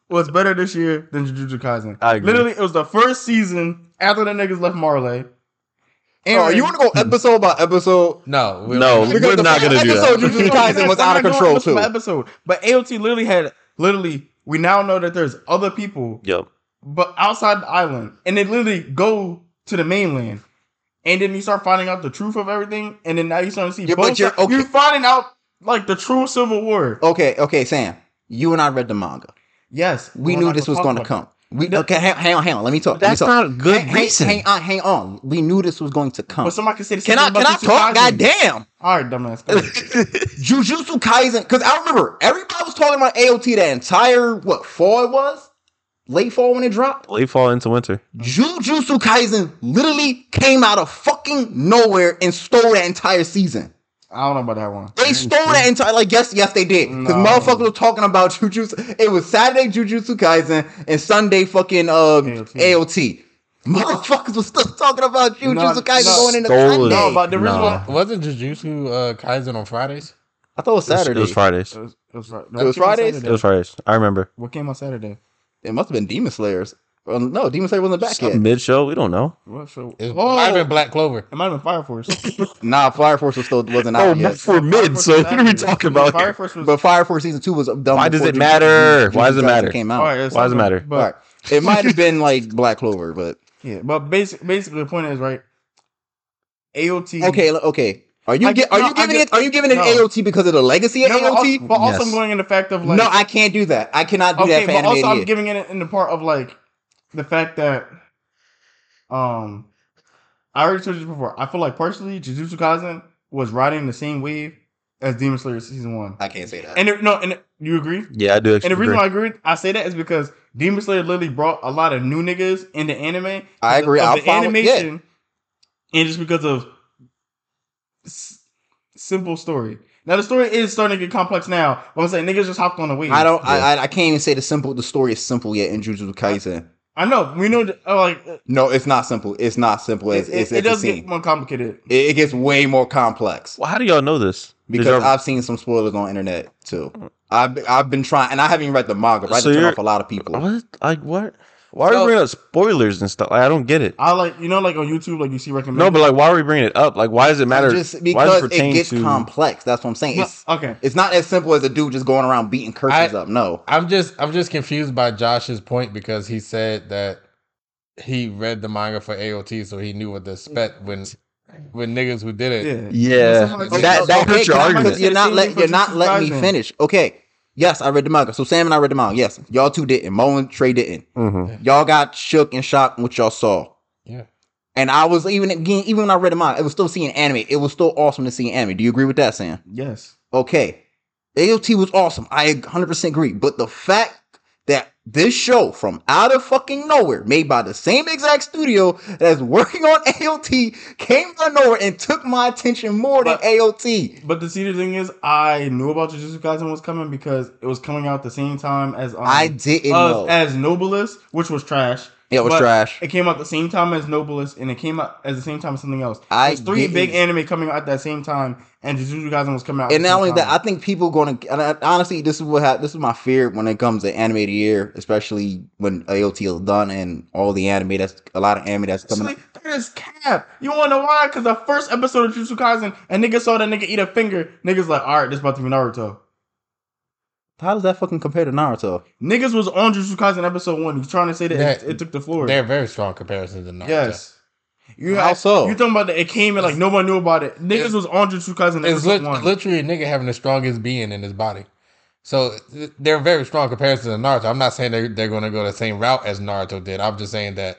was better this year than Jujutsu Kaisen. I agree. Literally, it was the first season after the niggas left Marley. And Oh, you want to go episode by episode? no, we- No, we- we're not gonna do that. episode Jujutsu Kaisen was out of control too. Episode, but AOT literally had literally. We now know that there's other people Yep. but outside the island, and they literally go to the mainland, and then you start finding out the truth of everything, and then now you're starting to see Yeah, both. but you're- sides. okay. you're finding out like the true civil war. Okay, okay, Sam. You and I read the manga. Yes, We we're knew not this was talk going to about come. We okay. Hang, hang on, hang on. Let me talk. let me That's talk. not a good Hang- hang, reason. Hang on, hang on. We knew this was going to that. come. But somebody can say the same Can I thing can I about talk? Jujutsu Kaisen. Goddamn. All right, dumbass. go ahead. Jujutsu Kaisen, because I remember everybody was talking about AOT that entire what fall it was, late fall when it dropped. Late fall into winter. Jujutsu Kaisen literally came out of fucking nowhere and stole that entire season. I don't know about that one. They stole that entire like yes, yes they did. Because No. motherfuckers were talking about Jujutsu. It was Saturday Jujutsu Kaisen and Sunday fucking uh AOT. AOT. Motherfuckers was still talking about Jujutsu No, Kaisen no. going into Stolen. Sunday. No, but the reason No. why wasn't Jujutsu uh, Kaisen on Fridays? I thought it was It was- Saturday. It was Fridays. it was, it was, was Fri- what came on Fridays? It Saturday? was Fridays. I remember. What came on Saturday? It must have been Demon Slayers. Well, no, Demon Slayer wasn't back yet. Mid show. We don't know. What show? It oh, might have been Black Clover. it might have been Fire Force. Nah, Fire Force was still wasn't out yet. Oh, for Fire Force was Saturday. Fire here? Force was But Fire Force season two was done. Why does before it Jujutsu- matter? Why does it Kaisen matter? Came out. All right, it's Why does it not- matter? But All right. It might have been like Black Clover, but yeah, but basic, basically the point is right. AOT. okay, l- okay. Are you I gi- get- are no, you I giving get- it? Are you giving it no. AOT because of the legacy of No, but also, AOT? but also Yes. I'm going in the fact of like no, I can't do that. I cannot do okay, that for but anime. also of the I'm year. giving it in the part of like the fact that um I already told you before. I feel like partially Jujutsu Kaisen was riding the same wave as Demon Slayer season one, I can't say that. and it, no, and it- you agree. Yeah, I do. And actually the reason agree. why I agree, with, I say that is because Demon Slayer literally brought a lot of new niggas into anime. I agree. Of I'll the follow- yeah. animation, and just because of s- simple story. Now the story is starting to get complex now. But I'm saying niggas just hopped on the wave. I don't. I, I I can't even say the simple. The story is simple yet in Jujutsu Kaisen. I know. We know. that- oh, like it, No, it's not simple. It's not simple. It's it, it's, it it's a does get scene. more complicated. It, it gets way more complex Well, how do y'all know this? Did because y'all- I've seen some spoilers on internet too. I've I've been trying, and I haven't even read the manga. But I had So to turn you're- off a lot of people. what? Like what? Why are So- we bringing up spoilers and stuff? Like, I don't get it. I like you know like on YouTube like you see recommended. No, but like, why are we bringing it up? Like, why does it matter? Just why does because it, pertain gets to- complex. That's what I'm saying. No, It's okay. it's not as simple as a dude just going around beating curses I- up. No. I'm just I'm just confused by Josh's point because he said that he read the manga for AOT, so he knew what the spec when when niggas who did it. Yeah. Yeah, But that, that hurt your argument. You're not let, letting you're not letting me finish. Okay. Yes, I read the manga. So Sam and I read the manga. Yes, y'all two didn't. Mo and Trey didn't. Mhm. Y'all got shook and shocked with what y'all saw. Yeah. And I was even again, even when I read the manga, it was still seeing anime. It was still awesome to see anime. Do you agree with that, Sam? Yes. Okay, AOT was awesome. I 100% agree. But the fact that this show from out of fucking nowhere, made by the same exact studio that's working on AOT, came out of nowhere and took my attention more than But- AOT. But the see the thing is, I knew about Jujutsu Kaisen was coming because it was coming out the same time as um, I didn't know. us, as Nobilis, which was trash. yeah, it was but- trash. It came out the same time as Nobilis, and it came out at the same time as something else. I There's three didn't- big anime coming out at that same time, and Jujutsu Kaisen was coming out. at And the not same only that, time. I think people going to and I, honestly, this is what ha- this is my fear when it comes to anime of the year, especially when AOT is done and all the anime that's a lot of anime that's coming. Actually, that is cap. You wanna know why? Cause the first episode of Jujutsu Kaisen, a nigga saw that nigga eat a finger. Niggas like, all right, this about to be Naruto. How does that fucking compare to Naruto? Niggas was on Jujutsu Kaisen episode one. You trying to say that, it- That- it, took the floor? They're very strong comparisons to Naruto. Yes. You How so? You talking about that? It came and like no one knew about it. Niggas It's- was on Jujutsu Kaisen It's lit- episode one. literally a nigga having the strongest being in his body. So th- they're very strong comparisons to Naruto. I'm not saying they're, they're going to go the same route as Naruto did. I'm just saying that,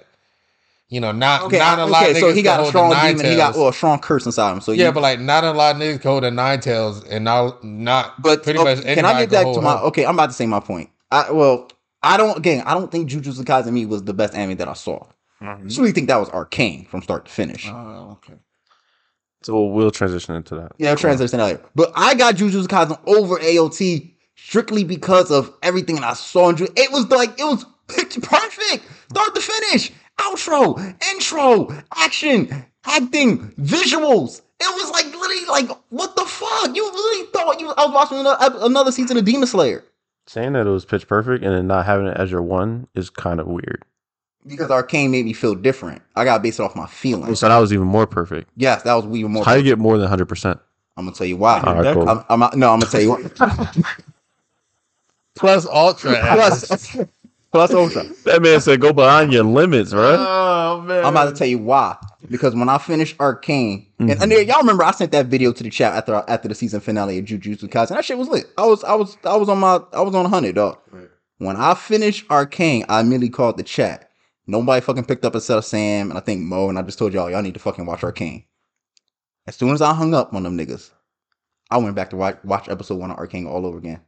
you know, not Okay, not a lot okay. of niggas So he can got a hold the strong nine demon. He got tails. well, a strong curse inside him. So yeah, you- but like not a lot of niggas can hold a nine tails, and not not but pretty okay, much anybody can I get back to hold my? her. Okay, I'm about to say my point. I well, I don't again. I don't think Jujutsu Kaisen me was the best anime that I saw. I just really think that was arcane from start to finish. Oh, okay. So we'll transition into that. Yeah, I'll transition out here. But I got Jujutsu Kaisen over AOT strictly because of everything that I saw in Ju- It was like it was picture perfect, start to finish, outro, intro, action, acting, visuals. It was like literally like what the fuck? You really thought you? I was watching another, ep- another season of Demon Slayer Saying that it was pitch perfect and then not having it as your one is kind of weird. because Arcane made me feel different. I got to base it off my feelings. So that was even more perfect. Yes, that was even more. How you get more than hundred percent? I'm gonna tell you why. All right, cool. I'm, I'm no, I'm gonna tell you why. plus ultra plus, plus ultra. That man said go behind your limits, right? Oh man. I'm about to tell you why. Because when I finished Arcane, and, Mhm. and y'all remember I sent that video to the chat after after the season finale of Jujutsu Kaisen. That shit was lit. I was I was I was on my I was on hundred dog. When I finished Arcane, I immediately called the chat. Nobody fucking picked up except Sam and I think Mo. And I just told y'all y'all need to fucking watch Arcane. As soon as I hung up on them niggas, I went back to watch, watch episode one of Arcane all over again.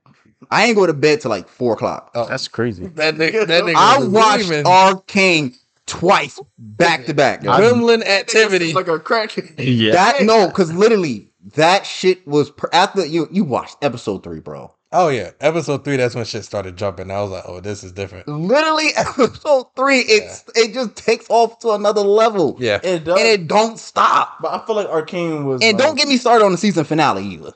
I ain't go to bed till like four o'clock. That's crazy. That nigga, that nigga I was watched leaving. Arcane twice back to back. yo. gremlin activity. like a crack. Yeah. That no, because literally that shit was per- after you you watched episode three, bro. Oh yeah, episode three. That's when shit started jumping. I was like, oh, this is different. Literally episode three, it's it just takes off to another level. Yeah, It does. and it don't stop. but I feel like Arcane was. And like- don't get me started on the season finale either.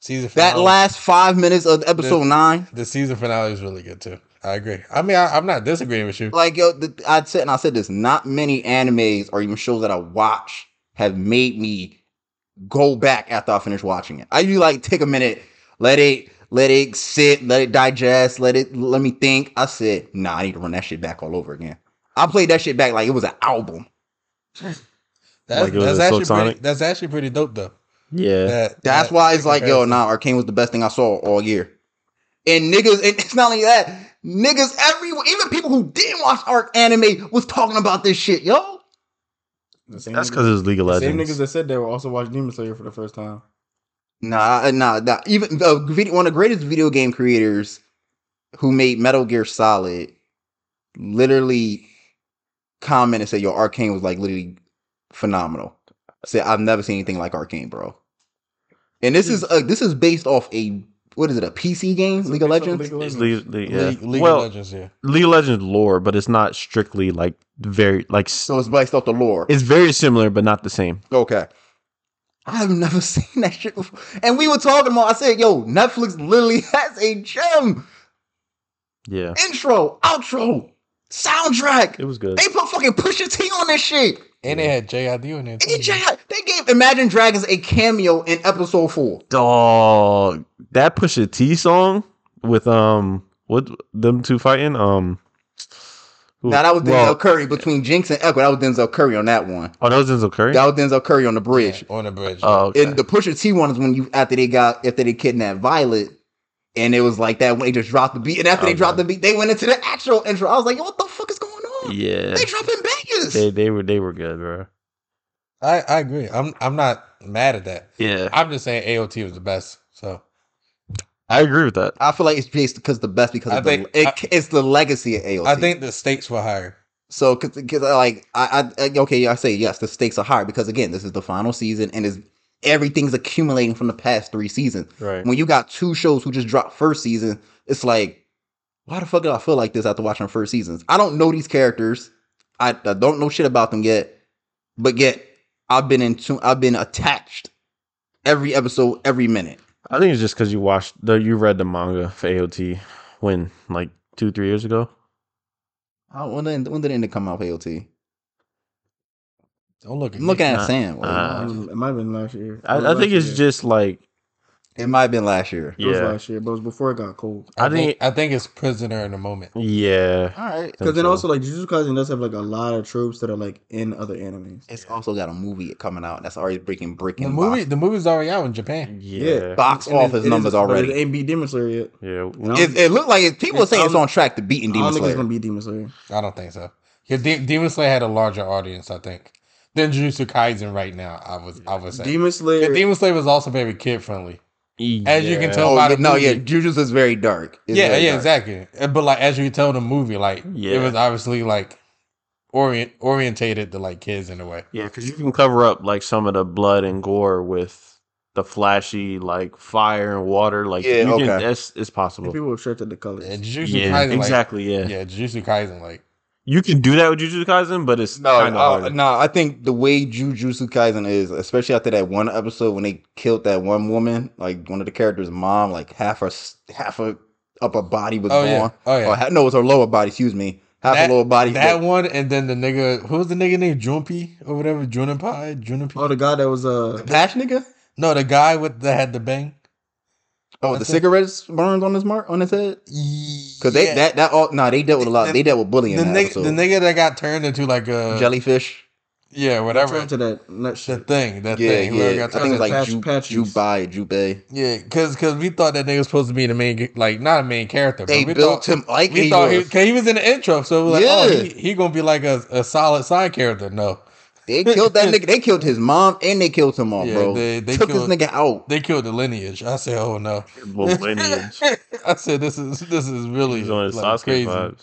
season finale. That last five minutes of episode nine, the season finale is really good too. I agree. I mean, I, I'm not disagreeing with you. like yo, the, I said and I said this. Not many animes or even shows that I watch have made me go back after I finish watching it. I usually like take a minute, let it let it sit, let it digest, let it let me think. I said, nah, I need to run that shit back all over again. I played that shit back like it was an album. That's, Like it was that's a actually Silk pretty. Sonic? That's actually pretty dope though. Yeah. That, That's that- why it's that like, yo, comparison. nah, Arcane was the best thing I saw all year. And niggas, and it's not only that, niggas everywhere, even people who didn't watch Arc anime was talking about this shit, yo. The same That's niggas- because it was League of the same niggas Legends. that said they were also watching Demon Slayer for the first time. Nah, nah, nah. Even the video, one of the greatest video game creators who made Metal Gear Solid literally commented and said, Yo, Arcane was like literally phenomenal. Said, I've never seen anything like Arcane, bro. And this is uh, this is based off a what is it, a PC game? League of Based off Legends? League of It's Legends. League, League, yeah. League, League well, of Legends. Yeah, League of Legends lore, but it's not strictly like very like s- So it's based off the lore. it's very similar, but not the same. Okay. I've never seen that shit before. And we were talking about, I said, yo, Netflix literally has a gem. Yeah. Intro, outro, soundtrack. It was good. They put fucking Pusha T on this shit. And they had JID in there. too. And J- they gave Imagine Dragons a cameo in episode four. Dog, that Pusha T song with um, what them two fighting um. who- Now that was Denzel well, Curry between Jinx and Echo. That was Denzel Curry on that one. oh, that was Denzel Curry. That was Denzel Curry on the bridge. Yeah, on the bridge. oh, okay. And the Pusha T one is when you after they got after they kidnapped Violet, and it was like that when they just dropped the beat. And after Oh, they Okay. dropped the beat, they went into the actual intro. I was like, yo, what the fuck is going on? yeah, They dropping bangers. they they were they were good, bro. I, I agree. I'm I'm not mad at that. Yeah, I'm just saying AOT was the best. So I agree with that. I feel like it's based because the best because I of the, think- it, I- it's the legacy of AOT. I think the stakes were higher. So, because like I, I, I- okay, I say yes, the stakes are higher because again, this is the final season and is everything's accumulating from the past three seasons. Right. When you got two shows who just dropped first season, it's like, why the fuck did I feel like this after watching first seasons? I don't know these characters. I, I don't know shit about them yet, but yet I've been in tune. I've been attached every episode, every minute. I think it's just because you watched the you read the manga for AOT when like two three years ago. I, Uh, when, did, when did it come out, AOT? Don't look at I'm looking me. at Nah, Sam. Like, uh, it might have been last year. It was I, I think last it's year. just like it might have been last year. It was yeah, last year, but it was before it got cold. I, I think, think- I think it's prisoner in the moment. yeah. All right. Think Because then so. also like Jujutsu Kaisen does have like a lot of tropes that are like in other animes. It's also got a movie coming out that's already breaking breaking The movie box, the movie's already out in Japan. yeah, yeah. box And it- office it numbers isn't- but already. It ain't beat Demon Slayer yet. yeah. And I don't- It, it looked like it, people are It's- saying it's I'm- on track to beating I Demon don't think it's Slayer. gonna be Demon Slayer. I don't think so. Yeah, De- Demon Slayer had a larger audience, I think, than Jujutsu Kaisen right now. I was I was saying. Demon Slayer. Demon Slayer was also very kid friendly. As you can Yeah. tell oh by the no, movie. yeah, Jujutsu is very dark. It's yeah, very yeah, dark. exactly. Uh, But like as you can tell in the movie, like Yeah. it was obviously like orient orientated to like kids in a way. Yeah, because you can cover up like some of the blood and gore with the flashy like fire and water. Like Yeah, you can, okay. it's, it's possible. people attracted to colors. And Jujutsu Yeah, Kaisen, exactly. yeah, Like, yeah, Jujutsu Kaisen, like you can do that with Jujutsu Kaisen, but it's No, kind of uh, hard. no, I think the way Jujutsu Kaisen is, especially after that one episode when they killed that one woman, like one of the characters' mom, like half her s- half her upper body was oh gone. yeah, oh yeah. Or ha- no, it was her lower body. Excuse me, half That- her lower body. that was- one, and then the nigga, who was the nigga named Junpei or whatever, Junpei, Junpei. oh, the guy that was uh, Patch nigga. no, the guy with that had the bang. Oh, the That's it. cigarettes burns on his mark on his head. Cause Because they that that all nah they dealt with a lot The- they dealt with the, bullying in that nigga, the episode. nigga that got turned into like a Uh, jellyfish yeah, whatever. attracted to that nut The shit. thing, that yeah thing. whoever yeah I got think it turned- was like Patch- Ju- Patches. Jubai Jubei yeah, because because we thought that nigga was supposed to be the main, ca- like not a main character. they but we built thought, him like We he thought he, was. cause he was in the intro, so we were like, Yeah. oh, he, he gonna be like a, a solid side character. No, they killed that nigga they killed his mom and they killed him off Yeah, bro they- they took killed- this nigga out they killed the lineage. I said, oh no. Well, lineage. I said this is this is really He's on his like, Sasuke crazy. vibes.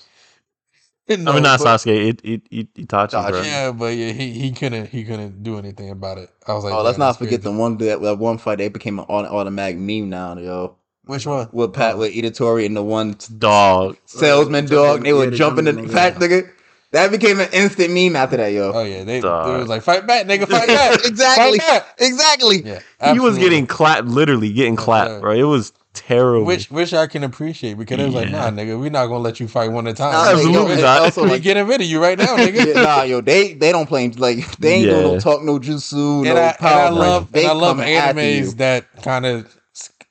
No, I mean, not but- Sasuke. It it it Itachi, bro. Itachi. Yeah, but yeah, he, he couldn't he couldn't do anything about it. I was like, oh let's damn, not that's forget the crazy. one that, that one fight they became an auto- automatic meme now yo Which one? with Pat with Itatori and the one Dog. salesman jumping- dog they yeah, were they jumping the jumping the fat nigga that became an instant meme after that yo Oh yeah, they it Dog. was like fight back, nigga, fight back, exactly fight back. exactly Yeah, He was absolutely. uh, getting clapped, literally getting Yeah, yeah. clapped, bro. It was terrible. which which I can appreciate because it was like, Yeah. nah, nigga, we're not gonna let you fight one at a time. Nah, we yo, Absolutely and not. also, we like, getting rid of you right now, nigga. yeah, nah, yo, they they don't play like they ain't doing no Yeah. talk, no and, jutsu, no I, and I power. punch. love they and I love coming after you. animes that kind of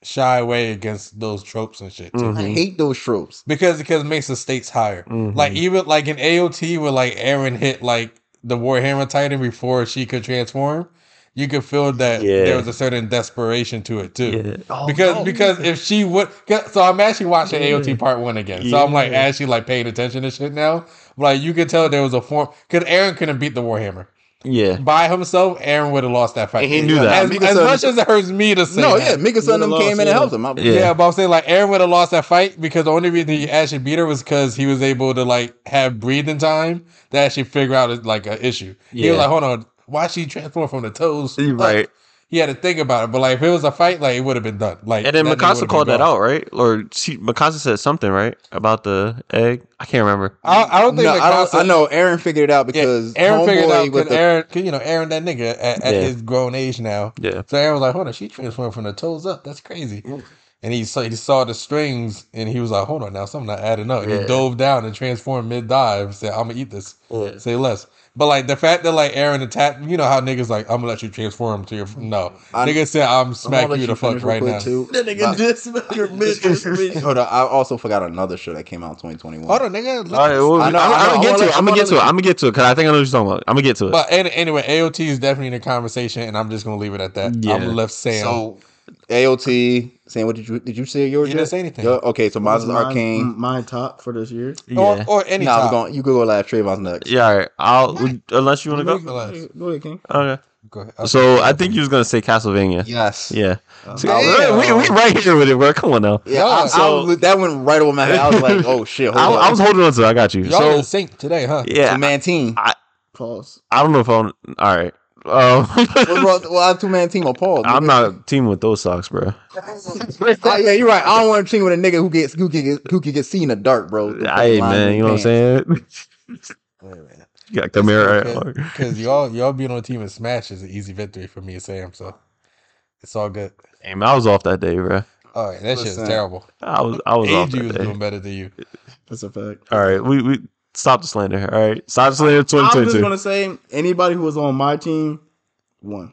shy away against those tropes and shit too, Mhm. I hate those tropes. because because it makes the stakes higher. Mhm. Like even like in AOT where like Aaron hit like the Warhammer Titan before she could transform, you could feel that Yeah. there was a certain desperation to it too. yeah. Because because if she would, 'cause- so I'm actually watching Yeah. AOT part one again. So I'm like Yeah. actually like paying attention to shit now. Like you could tell there was a form because Aaron couldn't beat the Warhammer yeah. by himself. Aaron would have lost that fight. And he knew that. um, As, Mika as Sun- much as it hurts me to say, no, yeah, that. Mika Would've son them lost, came in and yeah. helped him. I- Yeah. Yeah, but I'm saying like Aaron would have lost that fight because the only reason he actually beat her was because he was able to like have breathing time to actually figure out like an issue. He Yeah. was like, hold on, why she transform from the toes? You're up?" right. He had to think about it, but like if it was a fight, like it would have been done. Like And then that nigga Mikasa would've called been that gone. out, right? Or she Mikasa said something, right? About the egg. I can't remember. I, I don't think No, I, Mikasa. don't, I know Aaron figured it out yeah, because Aaron figured it homeboy out with because the Aaron, 'cause, you know, Aaron that nigga at, at Yeah. his grown age now. Yeah. Mm. So Aaron was like, hold on, she transformed from the toes up. That's crazy. and he saw he saw the strings, and he was like, "Hold on, now something not adding up." And Yeah. he dove down and transformed mid dive. Said, "I'm gonna eat this." Yeah. Say less. But like the fact that like Aaron attacked, you know how niggas like, "I'm gonna let you transform to your no." I- Nigga said, "I'm I'm gonna smack let you the finish fuck real right quick, now." too. That But- nigga did smack your bitch. bitch. Hold on, I also forgot another show that came out in 2021. Hold on, nigga. All let- right, well, I know, I'm, I know. I'm I gonna get wanna- I to it. I'm gonna wanna get to it. let I'm gonna get to it because I think I know what you're talking about. I'm gonna get to it. But an- anyway, AOT is definitely in the conversation, and I'm just gonna leave it at that. Yeah. I'm left Sam. So AOT saying what did you did you say yours? you didn't yet? say anything. Yo, okay, so mine's is Arcane. My top for this year. Or, yeah, or any Nah, top. we're going you go last Trayvon's next. yeah. All right. I'll unless you want Go to go. ahead, ahead, King. Okay. go ahead. So I think you was gonna say Castlevania. Yes. Yeah. Uh, See, we, we right here with it, bro. Come on now. Yeah, I, I So- was, that went right over my head. I was like, oh shit, hold I, on. I was holding on to. it. I got you. y'all in So sync today, huh? so yeah, man team. Pause. I don't know if I'm. All right. Um, Well, bro, well, I'm two man team with Paul. I'm nigga. not teaming with those socks, bro. Oh, yeah, you're right. I don't want to team with a nigga who gets who gets who can get seen in the dark, bro. through fucking Hey lines man, and you know what I'm pants. saying? Wait a minute. you got Chimera. It's okay, Cause y'all y'all being on the team in Smash is an easy victory for me and Sam, so it's all good. Damn, I was off that day, bro. All right, that shit is Listen. terrible. I was I was off AG that was day. doing better than you. That's a fact. All right, we we stop the slander. All right, stop the slander. I'm 2022. just gonna say anybody who was on my team won.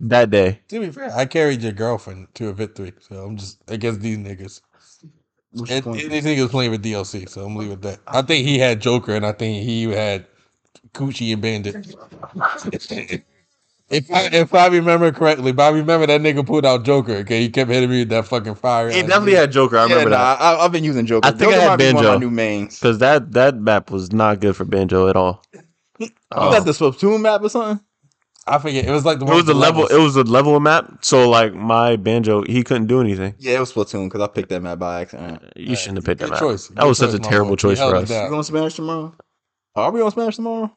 That day. To be fair, I carried your girlfriend to a victory, so I'm just against these niggas. What's your And, point? and these niggas playing with DLC, so I'm leaving it at that. I think he had Joker, and I think he had Coochie and Bandit. if I if I remember correctly, but I remember that nigga pulled out Joker. Okay, he kept hitting me with that fucking fire. He definitely had Joker. I Yeah, remember nah, that I, I've been using Joker. I think I Joker had might be one of my Banjo. new mains. because that that map was not good for Banjo at all. Was Oh. that the Splatoon map or something? I forget. It was like the It one was with the level. levels. It was the level map. So like my Banjo, he couldn't do anything. Yeah, it was Splatoon because I picked that map by accident. You shouldn't have picked Good that map. choice. That was such a terrible choice for us. You It gonna smash tomorrow? Are we on Smash tomorrow?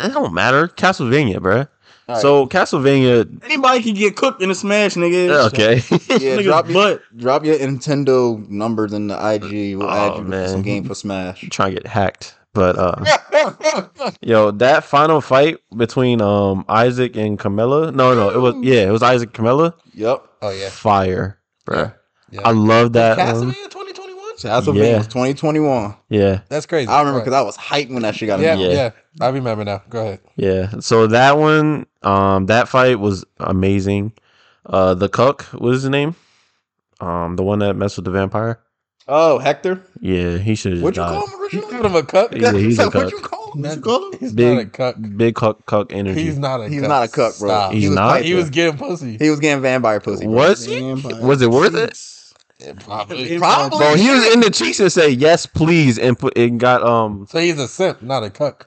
It don't matter. Castlevania, bruh. All right. So Castlevania. Anybody can get cooked in a smash, nigga. Okay. yeah, Nigga's drop butt. your, drop your Nintendo numbers in the IG. We'll Oh, add you man. to some game for Smash. trying to get hacked. But uh yo, that final fight between um Isaac and Camilla. No, no, it was yeah, it was Isaac and Camilla. Yep. oh yeah. Fire, bruh. Yeah. I love that. one. Castlevania 2021. Castlevania Yeah. was 2021. Yeah, That's crazy. I remember because Right. I was hyped when that shit got yeah, announced. yeah, Yeah. I remember now. Go ahead. yeah. So that one, um, that fight was amazing. Uh, the cuck was his name. Um, the one that messed with the vampire. Oh, Hector? Yeah, he should have What'd just you call died. him You originally? give him a cuck. He's a, he's a What'd you cuck. call him? What you call him? He's Big- not a cuck. Big cuck, cuck energy. He's not a. He's cuck. not a cuck, bro. Stop. He's he was not? Piper. He was getting pussy. He was getting vampire pussy. bro. was he? Vampire. Was it worth it? Probably. Probably. Bro, he was in the cheeks and said yes, please, and put and got um. So he's a simp, not a cuck.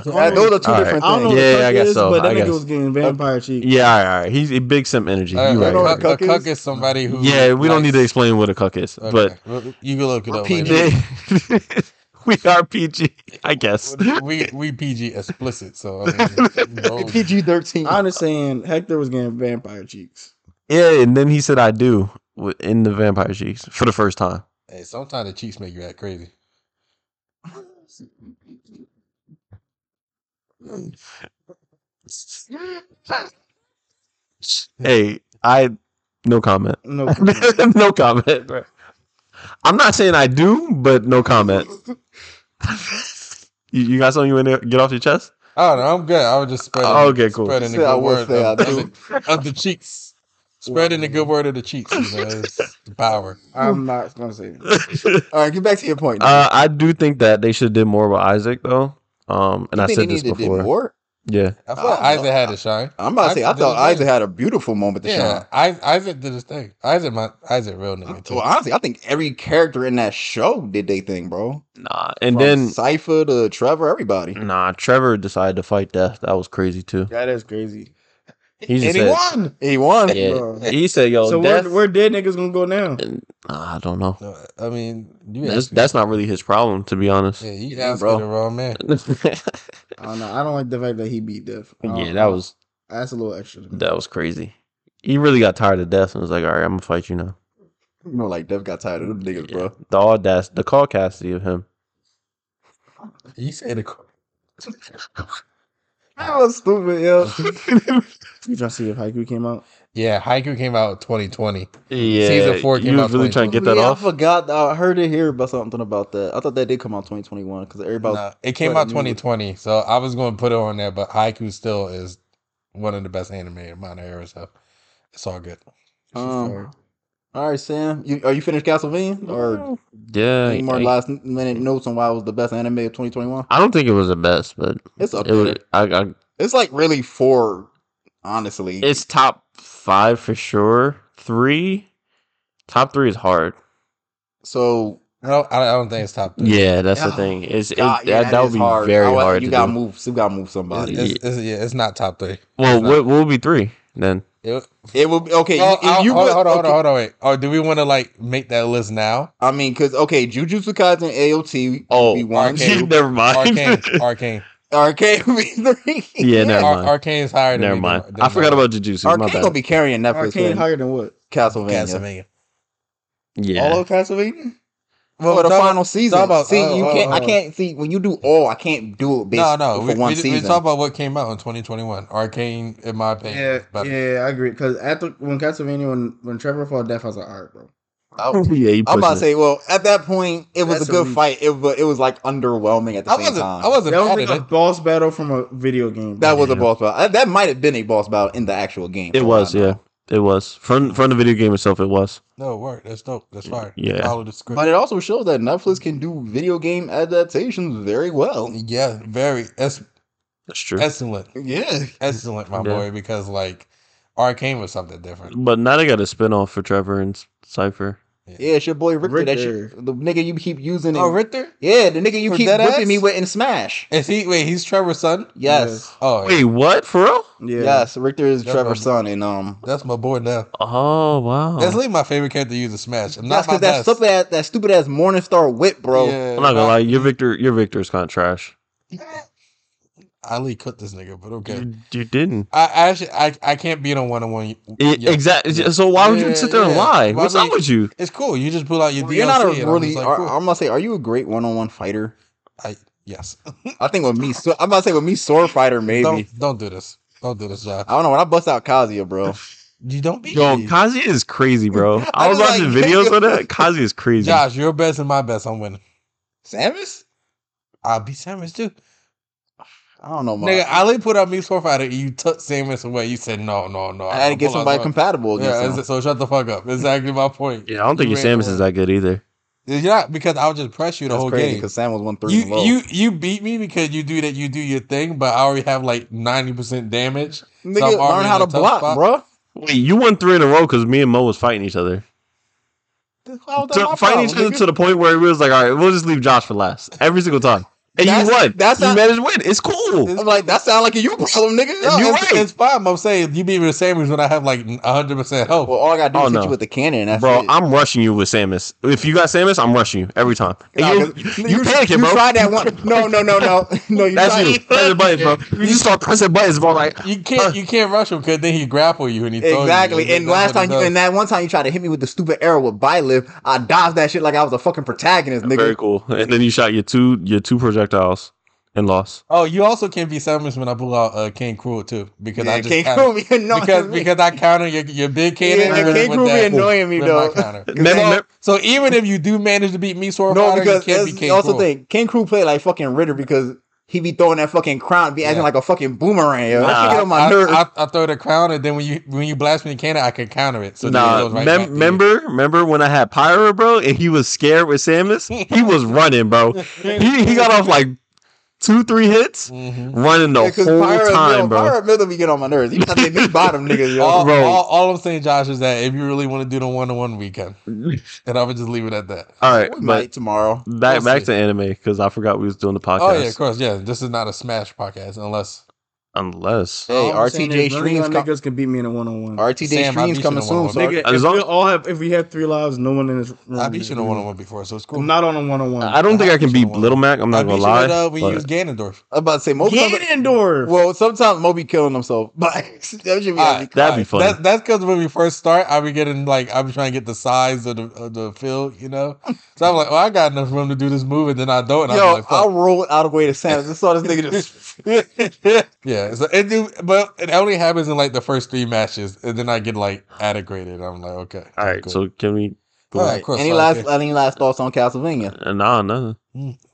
Uh, those are two All different I don't know. things. Yeah, I what the fuck guess is, so. But that I nigga guess. was getting vampire cheek. Yeah, all right, all right. He's a big simp energy. All right, you I right. know you a, right. cuck what cuck cuck is, is? somebody who. Yeah, we don't need to likes- explain what a cuck is, Okay. but Well, you can look it We're up. PG. later. we are PG, I guess. we we PG explicit, so I mean, no. PG thirteen. I understand Hector was getting vampire cheeks. Yeah, and then he said, "I do" wi- in the vampire cheeks for the first time. Hey, sometimes the cheeks make you act crazy. Hey, I no comment. No, no comment, bro. I'm not saying I do, but no comment. you, you got something you want to get off your chest? I don't know. I'm good. I was just spreading. Oh, okay, cool. Spreading the Say I good word would say I of, of do. the, of the cheeks. Spreading the good word of the cheeks. You know, it's the power. I'm not gonna say it. All right, get back to your point. Uh, I do think that they should have did more with Isaac though. Um, and You I think said they this needed to do before. more? Yeah, I feel like I don't Isaac know. had a shine. I'm about to say I Isaac did thought his Isaac thing. had a beautiful moment to Yeah, shine. I, Isaac did his thing. Isaac, my Isaac, real nigga too. Well, honestly, I think every character in that show did their thing, bro. nah. And From then Cipher to Trevor, everybody. nah, Trevor decided to fight death. That was crazy too. That is crazy. He just And he said, won. He won. Yeah. Bro. he said, "Yo, so death." where, where dead niggas gonna go now? and- nah, I don't know. No, I mean, you That's asking- that's not really his problem, to be honest. Yeah, Yeah, you Yeah, asking bro. the wrong man. I don't know. I don't like the fact that he beat Death. I don't- that was that's a little extra. To me. that was crazy. He really got tired of death and was like, "All right, I'm gonna fight you now." You know, like Dev got tired of them niggas, Yeah. bro. The audacity, the caucasity of him. You say the That was stupid, yo. Did y'all see if Haiku came out? Yeah, Haiku came out 2020. Yeah, Season four came you out was really trying to get that Yeah, off. I forgot. I heard it here about something about that. I thought that did come out 2021 because everybody. Nah, it came but I out mean- 2020, so I was going to put it on there, but Haiku still is one of the best anime in my era, so it's all good. Um, all right, Sam. You are you finished Castlevania or yeah, any more I- last minute notes on why it was the best anime of 2021? I don't think it was the best, but It's up it was. there. I, I, It's like really four, honestly. it's top five for sure. Three, top three is hard. so I don't, I don't think it's top three. Yeah, that's the Oh, thing. Is it, God, that, yeah, that, that would is be hard. very I would- hard You to gotta do. move. You gotta move It's, somebody. it's, it's- yeah, it's not top three. Well, not- what, what would be three then? It, it would be okay. oh, if I'll- you hold, put- on, hold on, hold okay. on, hold on, wait. Oh, do we want to like make that list now? I mean, because okay, Jujutsu Kaisen AOT would Oh, be one, Arcane. two, Never mind. Arcane, Arcane, Arcane would be three. Yeah, never Ar- mind. Arcane is higher than Never me mind. than- than I forgot Marvel. about Jujutsu. My Arcane gonna bad. be carrying Netflix Arcane with higher than what? Castlevania. Castlevania. Yeah. All of Castlevania? Well, the talk- final season. talk about- see, oh, you oh, can't. I oh. can't see when you do all. I can't do it based No, no, for we, one we, we season. talk about what came out in 2021. Arcane, in my opinion, Yeah, is better. yeah, I agree. Because after when Castlevania, when when Trevor fought Death, I was like, all right, bro. yeah, you I'm about to pushing it. say, well, at that point, it was That's a a good reach. fight. It but it was like underwhelming at the I same wasn't, time. I wasn't That was mad like at a it. boss battle from a video game. that was a Yeah. boss battle. Uh, That might have been a boss battle in the actual game. It for all I was, yeah. know. It was. From from the video game itself it was. No, work. That's dope. That's fire. Yeah. Follow the script. But it also shows that Netflix can do video game adaptations very well. yeah, very es- That's true. excellent, Yeah. excellent, my Yeah. boy. Because like, Arcane was something different. But now they got a spinoff for Trevor and Cypher. Yeah, it's your boy Richter. That Richter. shit, the nigga you keep using. Oh, in- Richter? yeah, the nigga you For keep Deadass? whipping me with in Smash. Is he? Wait, he's Trevor's son. Yes. Oh, yeah. Wait, what? For real? Yeah. Yes, Richter is That's Trevor's my- son, and um, that's my boy now. Oh wow. That's like my favorite character to use in Smash. I'm not that's my because that best. stupid ass, that stupid ass Morningstar whip, bro. Yeah, I'm not gonna but- lie, your Victor your Victor's kinda trash. Ali cut this nigga, but okay. You, you didn't. I I actually I, I can't beat on one on one. It, Yeah. Exactly. Yeah. So why would Yeah, you sit there and yeah. lie? Why What's would up you- with you? It's cool. You just pull out your Well, you're not a DLC and I'm really. just like, are- cool. I'm gonna say, are you a great one on one fighter? I- yes. I think with me, so, I'm about to say with me, sword fighter maybe. Don't don't do this. Don't do this, Josh. I don't know when I bust out Kazuya, bro. You don't beat Yo, me. Kazi is crazy, bro. I I was was watching like- videos of that. Kazi is crazy. Josh, your best and my best. I'm winning. Samus? I'll beat Samus too. I don't know, man. Nigga, Ali put out me sword fighter and you took Samus away. You said no, no, no. I had to I'll get pull out somebody Samus. compatible against Yeah, him. is it- so shut the fuck up. Exactly my point. Yeah, I don't think You your ran Samus away. is that good either. You're not because I'll just press you the That's whole crazy game. because Sam was one three you and low. you you beat me because you do that you do your thing, but I already have like ninety percent damage. I'm Nigga, already learn in how a to tough block, spot. bro. Wait, you won three in a row because me and Mo was fighting each other. How is that to my fighting problem, each other nigga? to the point where it was like, all right, we'll just leave Josh for last every single time. And That's- you won. that's you not- managed to win. It's cool. It's- I'm like, that sound like a you problem, nigga. No, you No, were- it's, right. it's fine. I'm saying you beat me with Samuels when I have like hundred percent health. well, all I gotta do Oh, is hit no. you with the cannon. and That's bro, it. I'm rushing you with Samus. If you got Samus, I'm rushing you every time. And Nah, you, 'cause you, panicking, you bro. tried that one. No, no, no, no, no. You That's tried. you. Pressing buttons, bro. You just start pressing buttons, bro. Like, you can't you can't rush him because then he grapple you and he throw Exactly. You. And last time, you, you and that one time you tried to hit me with the stupid arrow with bilip, I dodged that shit like I was a fucking protagonist, nigga. very cool. And then you shot your two your two projectiles and lost. oh, you also can't beat Samuels when I pull out uh, King Cruel too because I Yeah, just King counter- Crew be annoying because me. because I counter your, your big cannon. Yeah, with- King with Crew be that- annoying me, with my though. counter. Remember- So, remember- so even if you do manage to beat me, sword No, fighter, because you can't that's beat the King also Cruel. thing. King Crew played like fucking Ritter because he be throwing that fucking crown, be acting Yeah. like a fucking boomerang. Yo. That Nah. shit get on my I, nerves. I, I throw the crown, and then when you when you blast me in cannon, I can counter it. So then it nah, goes right mem- back to you. remember, remember when I had Pyro, bro, and he was scared with Samus. He was running, bro. He he got off like two, three hits, Mhm. running the whole time, Middle, bro. Pyro Middle be getting on my nerves. He nothing me bottom niggas, yo. All, Bro. all, all I'm saying, Josh, is that if you really want to do the one on one weekend, and I would just leave it at that. All right, we but might tomorrow. back We'll back see. to anime because I forgot we was doing the podcast. Oh yeah, of course. Yeah, this is not a Smash podcast unless Unless Hey, All I'm RTJ saying is none of y'all streams, com- niggas can beat me in a one on one. RTJ Sam, I streams beat you coming to soon. one-on-one. So Nigga, As if long- we all have, if we had three lives, no one in this room. I beat you in a is- one on one before, so it's cool. Mm-hmm. I'm not on a one on I one. don't I think I can beat you beat in one. Little Mac. I'm I not beat gonna you lie. at, uh, when you but- use Ganondorf. I'm about to say most. Ganondorf. Well, sometimes Mo be killing himself, but that should be All right, That'd all be right. funny. That, that's because when we first start, I be getting like I be trying to get the size of the of the field, you know. So I'm like, oh, I got enough room to do this move, and then I don't. And Yo, I'm like, I fuck. rolled out of the way to Sam. I just saw this nigga just. yeah, Yeah, so it do, but it only happens in like the first three matches, and then I get like adequated. I'm like, okay, All right, cool. so can we? All right, Right. cool, any so last okay. any last thoughts on Castlevania? Uh, nah, nothing.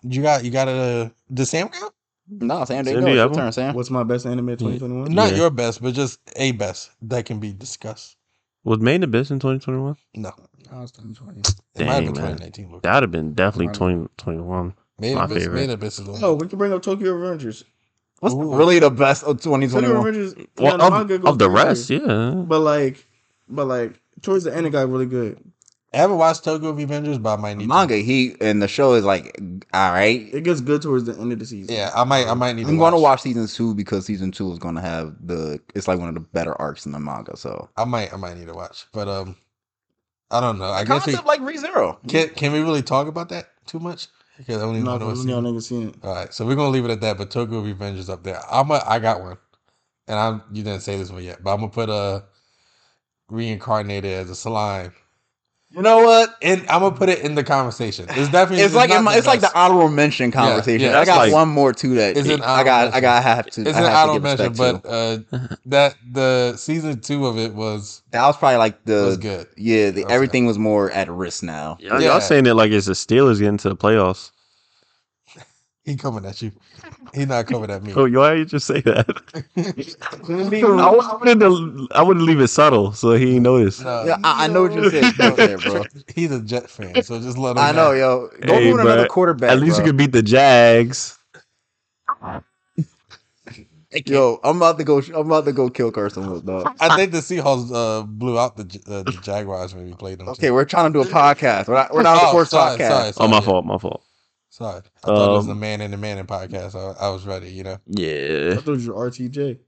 you got you got a the Sam count? No, Sam, there you go. Sam, It's do you your have one? turn, Sam. What's my best anime of 2021? Not Yeah. your best, but just a best that can be discussed. Was May the best in 2021? No, I was 2020. it might have Dang, been man. 2019. Luke. That'd have been definitely Probably. 2021. Made my a best, favorite. made a best of the Oh, we can bring up Tokyo Revengers. What's Ooh. really the best of Tokyo 2021? Revengers. Well, yeah, of, manga goes of the pretty good. rest, yeah. But like, but like towards the end, it got really good. I haven't watched Tokyo Revengers, but I might The need manga he and the show is like, all right. It gets good towards the end of the To. season. Yeah, I might, I might need. I'm to going to watch. watch season two because season two is going to have the. It's like one of the better arcs in the manga. So I might, I might need to watch. But um, I don't know. I the guess we concept like ReZero. can. Can we really talk about that too much? Because I don't even No, know what's y'all niggas seen it. All right, so we're gonna leave it at that. But Tokyo Revenge is up there. I'm a, I got one, and I'm you didn't say this one yet, but I'm gonna put uh reincarnated as a slime, You know what? and I'm gonna put it in the conversation. It's definitely It's, like not in my, it's like the best. honorable mention conversation. yeah, I that's got like- one more too that It's an I got. I honorable got. I have to. it's I an have to honorable give mention, respect to. but uh that the season two of it was That was probably like was the good. yeah. The, That was everything was more at risk now. Y'all, Yeah. y'all saying it like it's the Steelers getting to the playoffs. He coming at you. He not coming at me. Oh, why you just say that? I, no, wa- I wouldn't. I wouldn't leave it subtle, so he ain't noticed. Yeah, I, I know what you said. Go there, bro. uh, He's a Jet fan, so just let him. I know, yo. Go Hey, ruin another bruh. quarterback. At least bro. you could beat the Jags. Yo, I'm about to go. I'm about to go kill Carson Wentz, dog. I think the Seahawks uh, blew out the, J- uh, the Jaguars when we played them. too. Okay, we're trying to do a podcast. We're not. We're not a Oh, sports sorry, podcast. Sorry, Oh, sorry, my yeah. fault. My fault. Sorry, I thought it was Um, the Man and the Man in podcast. I, I was ready, you know. Yeah. I thought you were RTJ.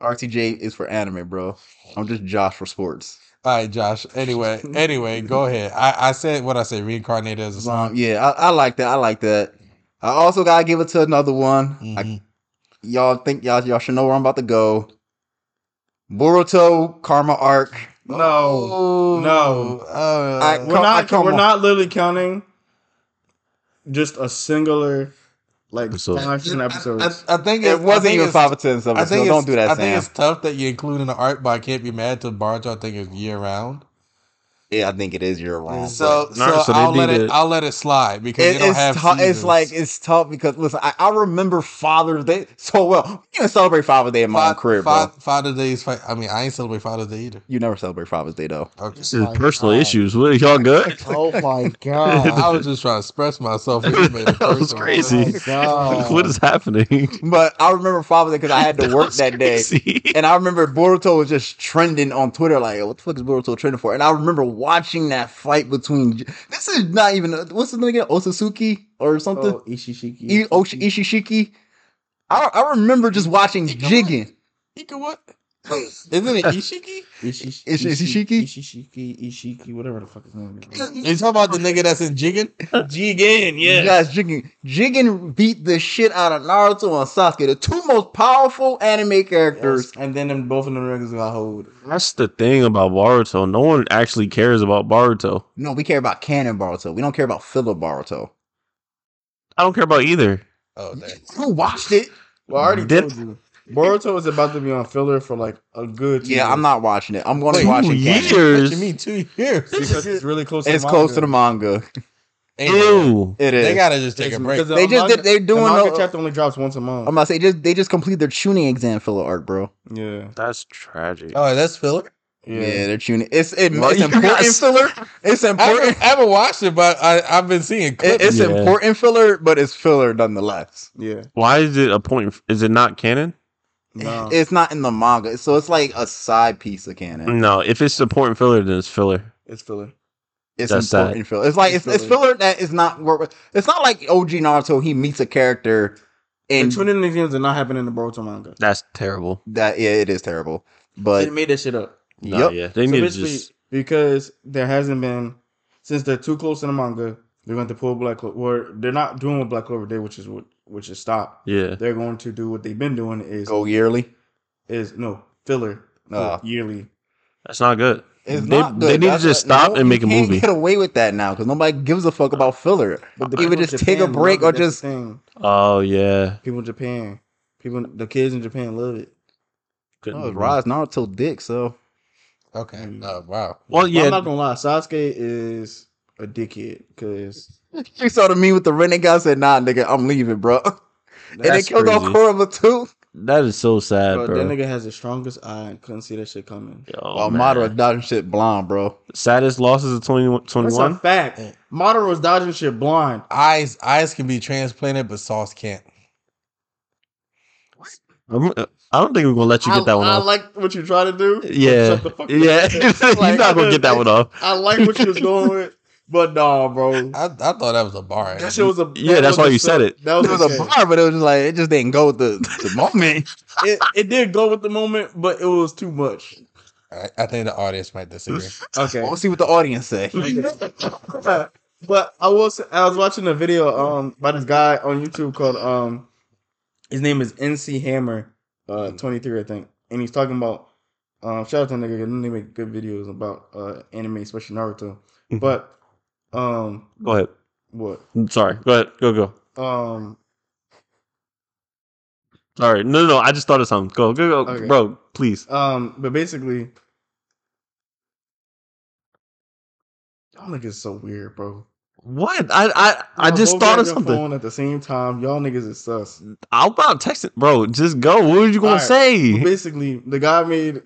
RTJ is for anime, bro. I'm just Josh for sports. All right, Josh. Anyway, anyway, go ahead. I, I said what I said. Reincarnated as a Um, song. yeah, I, I like that. I like that. I also gotta give it to another one. I, Mhm. Mm-hmm. y'all think y'all y'all should know where I'm about to go. Boruto Karma Arc. No, Oh, no. uh, I- we're Come- not. come we're on. not literally counting just a singular like Episodes. five ten episodes. I, I think It I wasn't think even it's- five or ten I episodes. think So it's- don't do I that, think Sam. it's tough that you include in the art, but I can't be mad to Barge. I think it's year round. yeah, I think it is. You're wrong. So, so Nah, Oh, so they I'll let it. did it. I'll let it slide because It- they don't have. it's tough. It's seasons. like it's tough because listen, I, I remember Father's Day so well. You can celebrate Father's Day in my own Fa- career, fa- bro. Father's Day is. Fa- I mean, I ain't celebrate Father's Day either. You never celebrate Father's Day though. Okay. This is my personal God. issues. What y'all good? Oh my god. I was just trying to express myself. and you made it That was personal. crazy. Oh my god. what is happening? But I remember Father's Day because I had to work was that day. crazy. And I remember Boruto was just trending on Twitter, like, "Yo, what the fuck is Boruto trending for? And I remember watching that fight between. This is not even what's the name again, Osasuki or something, oh, Ishishiki. I- Osh- Ishishiki. I I remember just watching jigging. Ika what? Isn't it Ishiki? Ishish- Ishi- Ishi- Ishishiki? Ishishiki, Ishiki, whatever the fuck his name is. You talking about the nigga that's in Jiggin? Jiggin, Yes, Jigen. Jigen beat the shit out of Naruto and Sasuke, the two most powerful anime characters. Yes, And then them both of them niggas got hold. That's the thing about Baruto. No one actually cares about Baruto. No, we care about canon Boruto. We don't care about filler Boruto. I don't care about either. Oh damn. Who watched it? Well, I already Did- told you. Boruto is about to be on filler for like a good. two Yeah, I'm years. not watching it. I'm going Wait, to watch Two it. canon. What years. you mean two years? because it's really close. It's to close to the manga. Ain't no way. Ew. It is. They gotta just take It's- a break. because They the just manga- did- they're doing the manga a- chapter only drops once a month. I'm gonna say just they just complete their tuning exam filler arc, bro. yeah, That's tragic. Oh, that's filler. Yeah, yeah. their tuning. It's it, Well, it's you important got- filler. It's I important. haven't, I haven't watched it, but I, I've been seeing It, clips. it's Yeah. important filler, but it's filler nonetheless. yeah. Why is it a point? Is it not canon? No. It's not in the manga, so it's like a side piece of canon. No. If it's important filler, then it's filler. it's filler. It's That's important filler. It's like it's, It's it's filler that is not work. It's not like OG Naruto. He meets a character, And and tuning exams did not happen in the Boruto manga. That's terrible. that yeah, it is terrible. But they made that shit up. Nah, Yup. Yeah. They so need to basically, just. because there hasn't been since they're too close in the manga, they're going to pull Black Clover. Or they're not doing what Black Clover did, which is what which is stop. Yeah. They're going to do what they've been doing is go yearly. is no filler Uh. yearly. That's not good. It's They- not good. they need to That's just what- stop and you make a can't movie. Get away with that now because nobody gives a fuck about filler. But Either people in just take a Japan break love or it, that's just the thing. Oh yeah. people in Japan People, the kids in Japan love it. Oh, it's Rise Naruto dick, so Okay. Oh, wow. Well, Yeah. yeah, I'm not gonna lie, Sasuke is a dickhead because she saw the meme with the renegade guy said, nah, nigga, I'm leaving, bro. and they that's killed off crazy. Koroma too. That is so sad, bro, bro. that nigga has the strongest eye and couldn't see that shit coming. Yo, Oh, man. Madara dodging shit blind, bro. Saddest losses of 20, That's 21. a fact. Maru's dodging shit blind. Eyes eyes can be transplanted, but sauce can't. I'm- uh, I don't think we're gonna let you I, get that one I off. like what you're trying to do. but yeah, shut the fuck up. yeah, you're Like, not gonna get that one off. I like what you was going with, but nah, bro. I, I thought that was a bar. That shit was a. Yeah, that that's was why a you sub- said it. That was, It was a bar, but it was just like it just didn't go with the, the moment. it, it did go with the moment, but it was too much. I, I think the audience might disagree. Okay. We'll see what the audience say. but I was I was watching a video um by this guy on YouTube called um his name is NC Hammer Mm. uh 23 I think and he's talking about um shout out to that nigga 'cause they make good videos about uh anime especially Naruto Mhm. but um Go ahead. what I'm sorry. Go ahead. Go go. um Sorry. No, no, no. I just thought of something. Go go go, Okay. bro. Please. um but basically y'all niggas so weird bro What? I I, I Y'all just both thought got of your something. phone at the same time y'all niggas is sus I'm about texting, bro. Just go. What were you gonna Alright. say? But basically, the guy made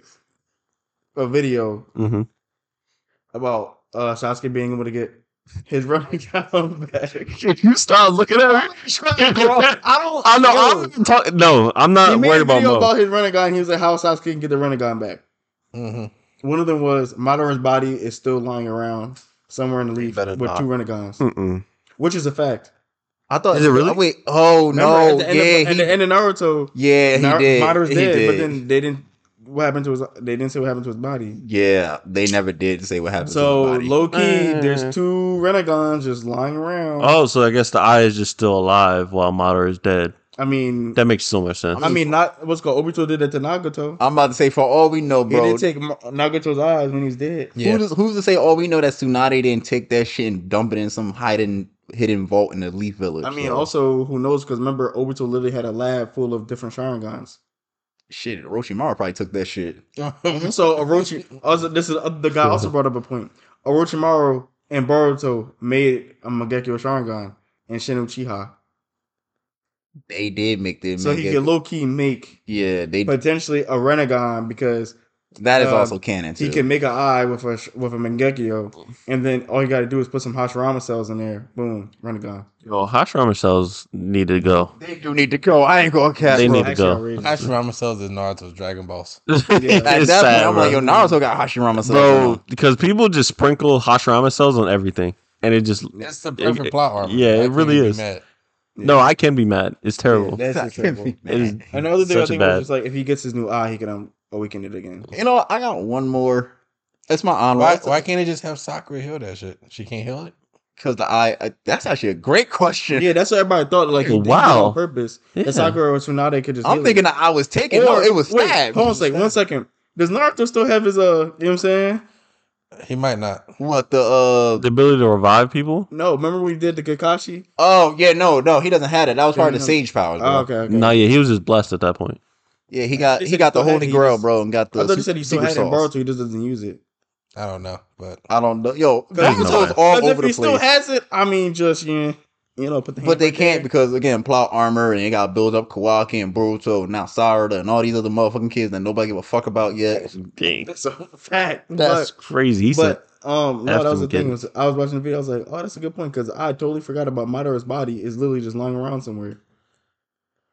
a video Mm-hmm. about uh, Sasuke being able to get his running down back. You start looking at me. I don't. I know. yo, I'm not talking. No, I'm he not made worried a about video Mo. about his running gun. He was like, "How Sasuke can get the running gun back." hmm One of them was Madara's body is still lying around somewhere in the leaf better with not. two running guns, Mm-mm. which is a fact. I thought Is it really? Wait, oh no, Remember, at the end yeah, of, at he, the end of Naruto, yeah, he Nar- did. Madara's he dead, did. but then they didn't. What happened to his? They didn't say what happened to his body. yeah, they never did say what happened. So to his body. low key, Mm. there's two Renegons just lying around. Oh, so I guess the eye is just still alive while Madara is dead. I mean, That makes so much sense. I mean, not what's called Obito did that to Nagato. I'm about to say, for all we know, he Uh, bro, did take Ma- Nagato's eyes when he's dead. who Yeah. does, who's to say all we know that Tsunade didn't take that shit and dump it in some hidden hidden vault in the Leaf Village? I mean, so- also who knows? Because remember, Obito literally had a lab full of different Sharingans. shit, Orochimaru probably took that shit. Mm-hmm. so Orochi, also this is uh, the guy also brought up a point. Orochimaru and Boruto made a Mangekyo Sharingan and Shin Uchiha, They did make the so he Mangekyo- could low key make yeah, they potentially a Renegon because that is uh, also canon too. he can make an eye with a sh- with a Mangekyo, and then all you got to do is put some Hashirama cells in there. Boom, Renegon. Yo, Hashirama cells need to go. they do need to go. I ain't gonna cap. They bro. need to go. outrageous. Hashirama sells is Naruto's Dragon Balls. At It's that sad, point, I'm like, yo, bro. Naruto got Hashirama cells bro, now. because people just sprinkle Hashirama cells on everything, and it just That's the it- perfect plot armor. yeah, it I can't really even be is. mad. no, I can be mad. It's terrible. Yeah, that's just terrible. it is Another thing I such a think bad. was just like if he gets his new eye, he can um, awaken it again. You know, I got one more. It's my Why, honor why can't it just have Sakura heal that shit? She can't heal it? because the eye. uh, that's actually a great question. Yeah, that's what everybody thought. Like, he did it Wow. on purpose. Yeah. That Sakura or Tsunade could just. I'm heal it. thinking the eye was taken. no, it was wait, stabbed. Hold on, a second. One second. Does Naruto still have his uh? You know what I'm saying? He might not. What the uh? The ability to revive people? No, remember we did the Kakashi? oh yeah, no, no, he doesn't have it. That was Yeah, part of the no. sage powers, bro. Oh, okay, okay. No, yeah, he was just blessed at that point. Yeah, he got They he said got the he still had holy it, he grail, just- bro, and got the. I thought he se- said he still secret had it in sauce. Boruto. He just doesn't use it. I don't know, but I don't know, yo, There's no Naruto's way. all Because if over he the still place. has it, I mean, just yeah, you know, put the. But hand they right can't there. because again, plot armor and they got to build up Kawaki and Boruto and now Sarada and all these other motherfucking kids that nobody give a fuck about yet. Dang, That's a fact. that's but, crazy. He said, but um, no, After that was we the get thing. it. Was, I was watching the video. I was like, oh, that's a good point because I totally forgot about Madara's body is literally just lying around somewhere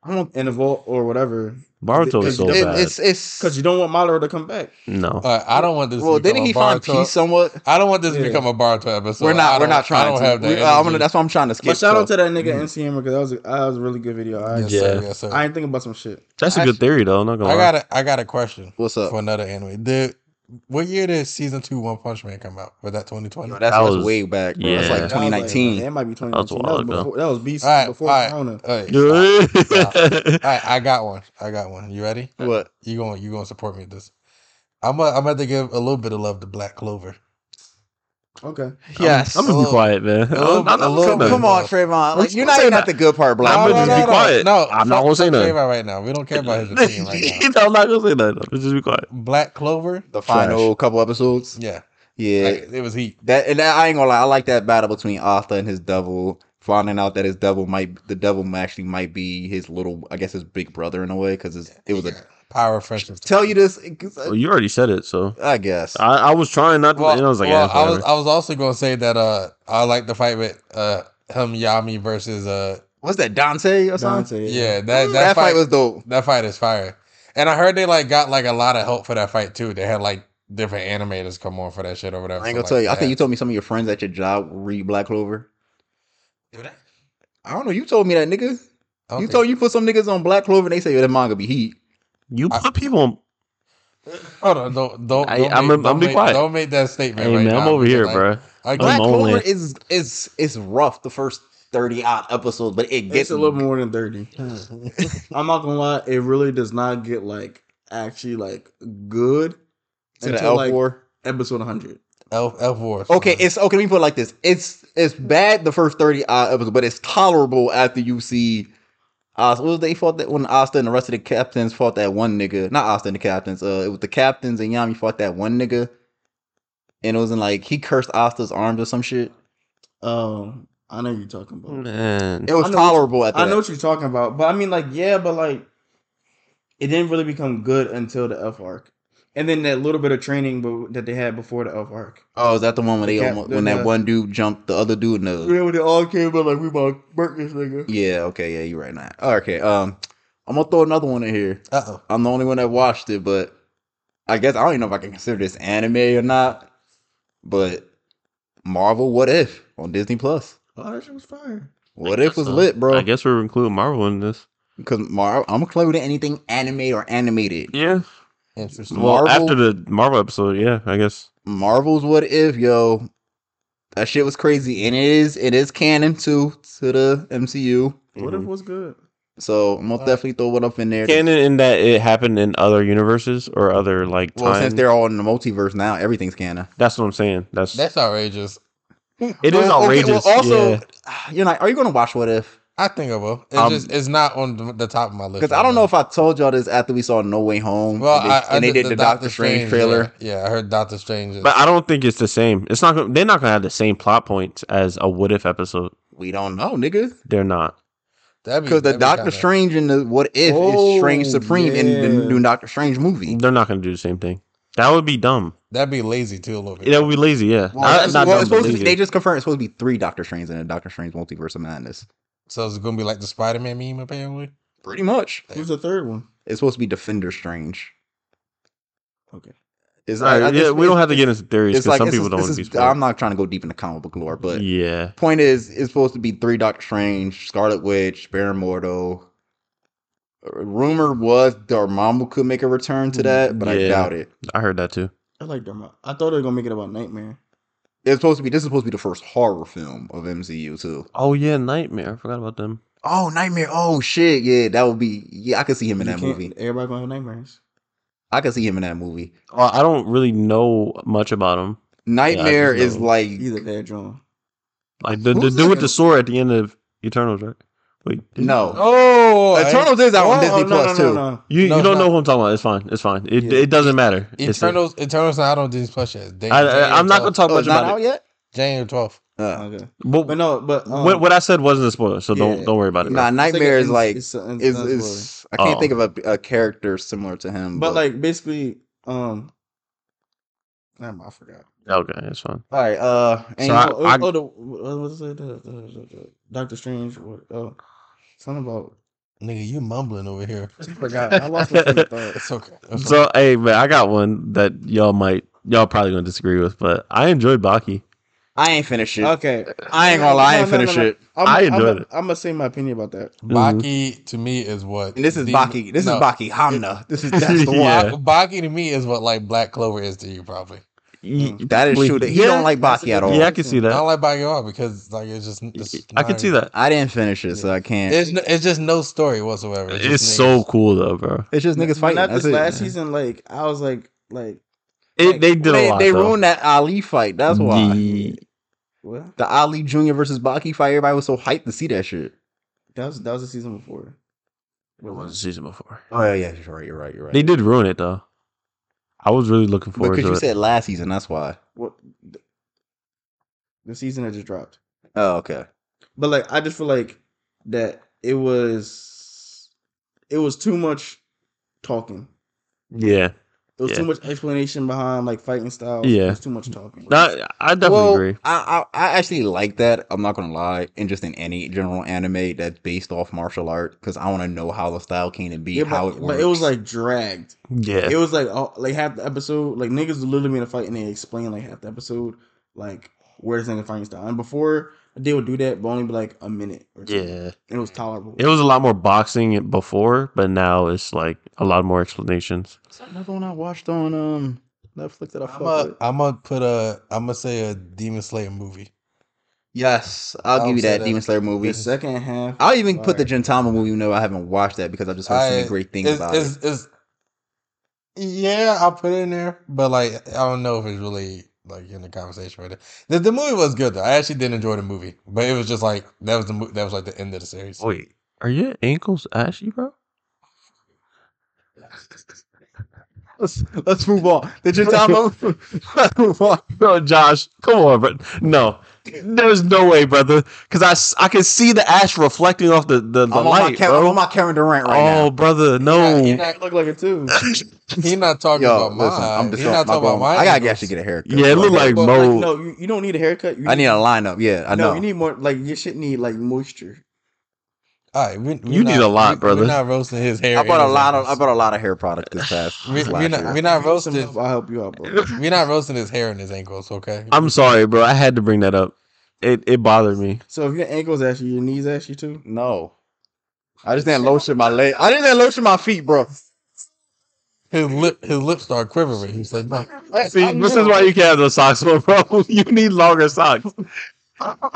I don't. in a vault or whatever Boruto is because so you it- bad. It's it's because you don't want Madara to come back. no. uh, I don't want this. well, to become didn't he a find Boruto- peace somewhat? I don't want this Yeah. to become a Boruto episode. we're I not. We're don't- not trying. I don't to. have that. We- uh, I'm gonna, energy. that's why I'm trying to skip. But shout so. out to that nigga Mm-hmm. NC Hammer because that was that was a really good video. I Yes, actually- sir. Yeah. Yes, sir. I didn't think about some shit. That's a I- good theory, though. I'm not gonna I lie. got a I got a question what's up. for another anime. Did what year did season two One Punch Man come out? Was that 2020? Yo, All that's, That that's was- way back. Bro. That's like yeah. That was I was like, 2019. that might be 2019. That was a That while was, ago. before, that was beast All right, before all right. Corona. right, stop. Stop. All right, I got one. I got one. You ready? what? You going to you going to support me with this? I'm i I'm about to give a little bit of love to Black Clover. Okay. Yes. I'm gonna be Hello. quiet, man. Hello. I'm, I'm not Hello. coming. Come on, Trayvon. Like, you're not even at the good part, Black. I'm No, gonna just be no, no. quiet. No, I'm not fuck- gonna say fuck nothing. Trayvon right now. We don't care about his opinion right now. No, I'm not gonna say nothing. I'm just be quiet. Black Clover. The final couple episodes. Yeah, Yeah. like, it was heat. That and that, I ain't gonna lie, I like that battle between Arthur and his devil. Finding out that his devil might, the devil actually might be his little, I guess his big brother in a way, because it was a. power of friendship. Tell you this, 'cause Oh, Well, I, you already said it, so I guess. I, I was trying not to. Well, and I was like, well, yeah, I was whatever. I was also gonna say that uh I like the fight with uh him Yami versus uh What's that, Dante or something? Dante, yeah that that, that, fight, fight was dope. that fight is fire. And I heard they like got like a lot of help for that fight too. They had like different animators come on for that shit or whatever. I ain't So, gonna tell like, you. I think yeah. you told me some of your friends at your job read Black Clover. Do that? I don't know. You told me that, nigga. I don't You think- told you put some niggas on Black Clover and they say "Oh, that manga be heat. you I- put people. On, Hold on, don't don't. I- don't I'm- make, I'm don't be make- quiet. Don't make that statement hey right man, I'm now, over because here, I- bro. I, I'm Black Clover only- is is is rough the first thirty odd episodes, but it gets It's a little more than 30. I'm not gonna lie, it really does not get like actually like good to the until, L like, four. episode 100. Elf, Elf Wars. Okay, it's okay. Let me put it like this: it's it's bad the first thirty odd episodes, but it's tolerable after you see. Uh, what was they fought that when Asta and the rest of the captains fought that one nigga? Not Asta and the captains. Uh, it was the captains and Yami fought that one nigga, and it was in like he cursed Asta's arms or some shit. Um, I know you're talking about. man. It was I know- tolerable at I that. know what you're talking about, but I mean, like, yeah, but like, it didn't really become good until the F arc, and then that little bit of training but, that they had before the F arc. oh, is that the one when they The cap- almost, the- when that the- one dude jumped the other dude in the? Yeah, when they all came up, like, we about to burn this nigga. Uh, Yeah. Okay. Yeah, you're right now. Okay. Um, I'm gonna throw another one in here. Uh oh. I'm the only one that watched it, but I guess I don't even know if I can consider this anime or not. But Marvel What If on Disney Plus. Oh, that shit was fire. What I If guess was so. lit, I bro. guess we're including Marvel in this. Because Mar- I'm including anything anime or animated. Yeah. Interesting. Well, Marvel- after the Marvel episode, yeah, I guess. Marvel's What If, yo. That shit was crazy. And it is it is canon too to the MCU. What if Mhm. was good? So I'm gonna Alright. definitely throw what up in there. canon in that it happened in other universes or other like time? well, since they're all in the multiverse now, everything's canon. That's what I'm saying. That's, That's outrageous. it is Well, okay, well, outrageous. also, yeah. you're like, are you gonna watch What If? I think I will. It's Um, just it's not on the- the top of my list. Because right I don't know now. if I told y'all this after we saw No Way Home. well, and they, I, I and they did the, Doctor Strange, trailer. Yeah, yeah, I heard Doctor Strange. Is, but I don't think it's the same. It's not. gonna They're not gonna have the same plot points as a what if episode. We don't know, nigga. They're not. that'd be- Because the that'd be Doctor kinda- Strange and the What If Oh, is Strange Supreme in the yeah. new Doctor Strange movie. They're not gonna do the same thing. That would be dumb. that'd be lazy too a little bit. That would be lazy. Yeah. Well, Not- that's- not well, dumb, it's but supposed to be, lazy. they just confirmed it's supposed to be three Doctor Strange in the Doctor Strange Multiverse of Madness. so it's gonna be like the Spider Man meme apparently. Pretty much. Who's the third one? It's supposed to be Defender Strange. Okay. It's, All right, I- I- yeah, it's- we don't have to it's- get into theories It's because like some it's people just- don't this want to is- be spoiled. I'm not trying to go deep into comic book lore, but yeah, point is, it's supposed to be three Doctor Strange, Scarlet Witch, Baron Mordo. Rumor was Dormammu could make a return to that, but I Yeah. doubt it. I heard that too. I like Dermot. I thought they were gonna make it about Nightmare. It's supposed to be. This is supposed to be the first horror film of MCU too. Oh yeah, Nightmare. I forgot about them. Oh, Nightmare! Oh shit! Yeah, that would be. Yeah, I could see him in You that can't- movie. Everybody gonna have nightmares. I could see him in that movie. Well, Uh, I don't really know much about them. Nightmare just is know. like Either they're drawn. Like the, the Who's dude with that? the sword at the end of Eternals, right? Wait, did- no. Oh, Eternals is out on Oh, Disney Plus too. no. you No, you it's don't know not. who I'm talking about. It's fine. It's fine. It Yeah. it doesn't matter. It's- Eternals. Eternals not out on Disney Plus yet. They- I, I, I'm not gonna January 12th. talk Oh, much it's not about out it. yet. January twelfth. Uh, Okay. But, But no, but um, what what I said wasn't a spoiler, so don't yeah. don't worry about it. nah, bro. it's Nightmare a- is like it's a- it's is not spoiler. is. I can't Oh. think of a, a character similar to him. but like basically um damn, I forgot. Okay, it's fine. all right. Uh, So ain't- I- oh, oh, oh, the, what was it? The, the, the, the Doctor Strange. What, oh, something about. Nigga, you mumbling over here. I forgot. I lost my train of thought. It's okay. It's okay. So hey man, I got one that y'all might y'all probably gonna disagree with, but I enjoyed Baki. I ain't finished it. Okay, I ain't gonna lie, I ain't No, no, no, finished no. it. I'm, I I'm, enjoyed it. I'm gonna say my opinion about that. Baki to me is what. Mm-hmm. And this is the- Baki. This no. is Baki Hamna. This is that's the one. Yeah. Ba- Baki to me is what like Black Clover is to you probably. Y- Mm, That is Wait, true. That He yeah. don't like Baki at all. Yeah, I can see I don't that. like Baki at all because like it's just it's I can not- see that. I didn't finish it, so I can't. It's no, it's just no story whatsoever. It's just so niggas. cool though, bro. It's just niggas But fighting. Not That's this it. last season. Like I was like, like It, they did They, a lot. they though. ruined that Ali fight. That's why Yeah. What? the Ali Junior versus Baki fight. Everybody was so hyped to see that shit. That was that was the season before. It was the season before. Oh yeah, yeah, you're right. You're right. You're right. They did ruin it though. I was really looking forward because to you it. said last season. That's why. What? th- The season that just dropped. Oh okay. But like, I just feel like that it was, it was too much talking. yeah, There was Yeah. too much explanation behind like fighting styles. Yeah. There was too much talking. Nah, I definitely well, agree. I, I I actually like that. I'm not gonna lie, and just in any general anime that's based off martial art, because I want to know how the style came to be, yeah, how but, it but works. it was like dragged. Yeah, It was like all, like half the episode, like niggas would literally be in a fight and they explain like half the episode, like where this nigga fighting style. And before they would do that, but only be like a minute. Or two. yeah. it was tolerable. It was a lot more boxing before, but now it's like a lot more explanations. Is that another one I watched on um Netflix that I I'm fucked a, with? I'm gonna put a. I'm gonna say a Demon Slayer movie. Yes, I'll I give would you say that that Demon Slayer movie. the second half. I'll even put the Alright. Gentama movie. No, I haven't watched that because I've just heard so many I- great things it's- about it's- it. it's- yeah, I'll put it in there, but like I don't know if it's really like in the conversation right there. The, the movie was good though. I actually did enjoy the movie, but it was just like that was the mo- that was like the end of the series. Oh, Wait, are your ankles ashy, bro? Let's let's move on. The Gentama. let's move on. Bro, Josh, come on, bro. No, there's no way, brother. Because I, s- I can see the ash reflecting off the, the, I'm, the on my light, Ke- I'm bro. on my Karen Durant right oh, now. brother, no. You're Yeah, not, It looked like it too. he not talking Yo, about listen, mine. I'm He just not my talking about grown- mine. I gotta actually get a haircut. it looked like Well, Like, Mo. no, you, you don't need a haircut. You I need a lineup. Yeah, I no, know. you need more. Like your shit need like moisture. All right, we, we You need not- a lot, we- brother. We're not roasting his hair. I and bought a his lot of I ankles. bought a lot of hair product this past We, this we're last not year. we're not Drink some roasting milk, I'll help you out, bro. we're not roasting his hair and his ankles. Okay, I'm sorry, bro. I had to bring that up. It, it bothered me. So if your ankles ashy, your knees ashy too. No, I just didn't lotion my leg. I didn't lotion my feet, bro. his lip his lips start quivering. He's like, no, See, this is why you can't have those socks on, bro. You need longer socks.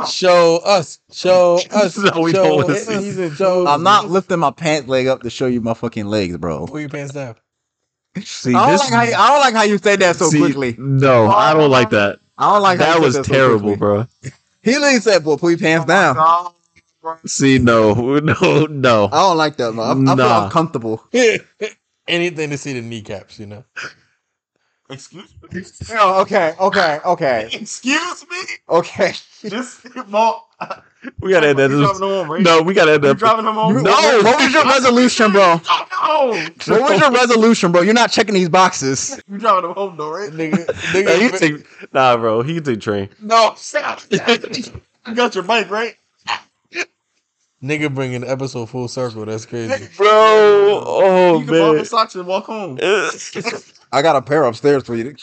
show us, show us, This is how we show don't wanna us, see. he's in show. I'm not lifting my pant leg up to show you my fucking legs, bro. Pull your pants down. See, I don't this, like how you, I don't like how you said that so see, quickly. No, I don't like that. I don't like how that you said was that so terrible, quickly. bro. He literally said, "Boy, put your Oh pants down." Uh-huh. I See, no, no, no. don't like that, man. I, I feel Nah. uncomfortable. Anything to see the kneecaps, you know. Excuse me. Oh, okay, okay, okay, Excuse me. okay. This Mo. We gotta end that. You driving this- them on radio? No, we gotta end You that. driving them on? No, what was your resolution, bro? Oh, What was your resolution, bro? You're not checking these boxes. no. You driving them Oh, home though, right? Nigga, Nah, nigga, you take, nah, bro, he can take train. No, stop. you got your bike, right? nigga bringing the episode full circle. That's crazy. Bro, oh you can borrow my man. socks and walk home. I got a pair upstairs for you.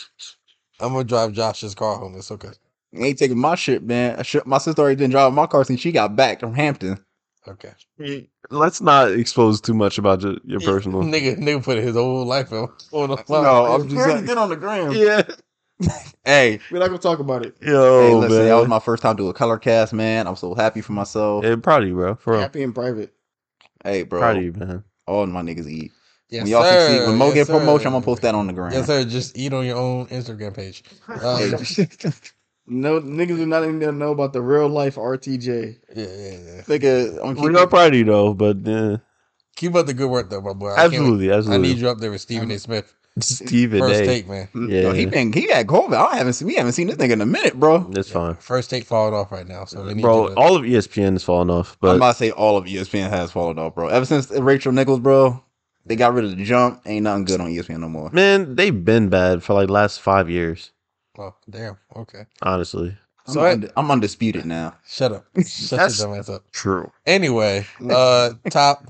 I'm gonna drive Josh's car home. It's okay. You ain't taking my shit, man. I should- My sister already didn't drive my car since she got back from Hampton. Okay. Let's not expose too much about your, your personal. Nigga, nigga put his whole life on on the line. No, I'm We just already like, did on the gram. Yeah. hey, We're not gonna talk about it. Yo, hey, listen, Oh, man. that was my first time doing a color cast, man. I'm so happy for myself. Yeah, proud of you, bro. For real. Happy in private. Hey, bro, Proud of you, man. all my niggas eat. Yes, when y'all sir. succeed, when Mo Yes, get promotion, I'm sir. gonna post that on the ground. Yes, sir. Just eat on your own Instagram page. Um, No niggas do not even know about the real life RTJ. yeah, yeah, yeah. Nigga, I'm We are keeping, proud of you, though, but yeah. Keep up the good work, though, my boy. I can't wait. absolutely, I absolutely. need you up there with Stephen A. Smith. Steven First A. take, man. Yo, he Yeah. been he had COVID. I haven't seen we haven't seen this nigga in a minute, bro. That's fine. First take falling off right now, so we need you Bro, to- all of E ESPN is falling off, I'm but about to say all of E ESPN has fallen off, bro. Ever since Rachel Nichols, bro, they got rid of the jump. Ain't nothing good on E ESPN no more. man, they've been bad for like last five years. oh, damn. Okay, Honestly, I'm, So I- und- I'm undisputed now. shut up. Shut That's- your dumb ass up. true. Anyway, uh, top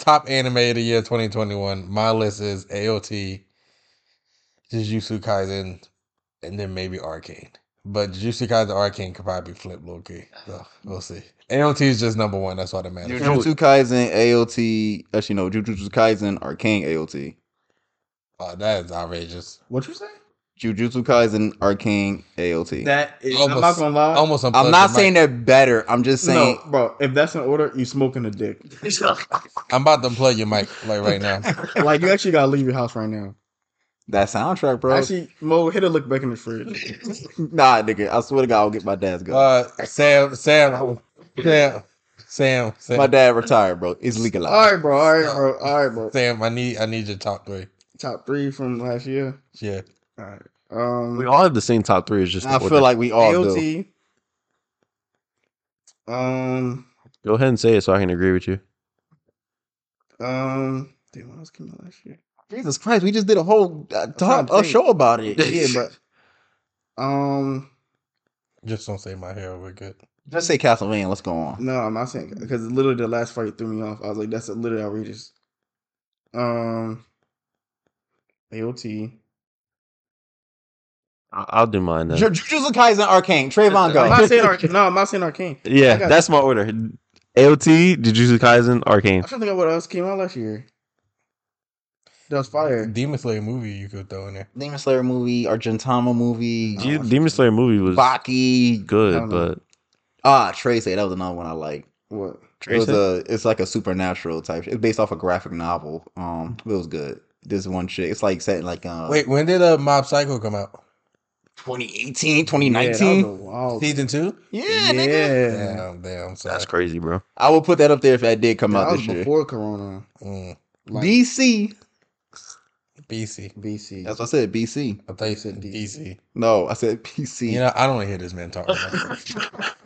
top anime of the year 2021. My list is AOT, Jujutsu Kaisen, and then maybe Arcane. But Jujutsu Kaisen, Arcane could probably be flipped, low key. So we'll see. AOT is just number one. That's all that matters. Jujutsu Kaisen, AOT, actually no, Jujutsu Kaisen, Arcane AOT. Oh, that is outrageous. What you say? Jujutsu Kaisen, Arcane AOT. That is. I'm not Almost- gonna Uh, lie. Almost. I'm not saying they're better. I'm just saying no, bro. If that's an order, you smoking a dick. I'm about to plug your mic like right now. like you actually gotta leave your house right now. That soundtrack, bro. Actually, Mo, hit a look back in the fridge. nah, nigga. I swear to God, I'll get my dad's gun. Uh, Sam, Sam, Sam, Sam, Sam. my dad retired, bro. It's all legalized. right, bro. All right, bro. All right, bro. Sam, I need, I need your top three. Top three from last year. Yeah, All right. We Um, all have the same top three. It's just I the feel order. like we all do. AOT. Um, go ahead and say it so I can agree with you. um, damn, what else came out last year? Jesus Christ, we just did a whole uh, talk, trying to a think. show about it. Yeah, but um, just don't say my hair. We're good. Just say Castlevania. Let's go on. no, I'm not saying because literally the last fight threw me off. I was like, that's literally outrageous. Um, AOT. I- I'll do mine then. Ju- Jujutsu Kaisen Arcane. Trayvon, I'm go. not saying Arcane. No, I'm not saying Arcane. I Yeah, got- that's my order. AOT, Jujutsu Kaisen, Arcane. I'm trying to think of what else came out last year. That was fire. Demon Slayer movie you could throw in there. Demon Slayer movie, Argentama movie, You- Demon Slayer movie was Baki. I good, don't know. but Ah, Trey say that was another one I like. What? It was a, it's like a supernatural type. It's based off a graphic novel. Mm. Um, it was good. This one shit, it's like set in like uh, Wait, when did uh, Mob Psycho come out? 2018, Yeah, 2019. that was a wild. Season two. Yeah, Oh, Yeah, nigga. That Damn, damn. I'm sorry. that's crazy, bro. I will put that up there if that did come out was this year. before Corona. Mm, Like BC. BC. BC. That's what I said. BC. I thought you said said DC. No, I said PC. You know, I don't want to hear this man talk.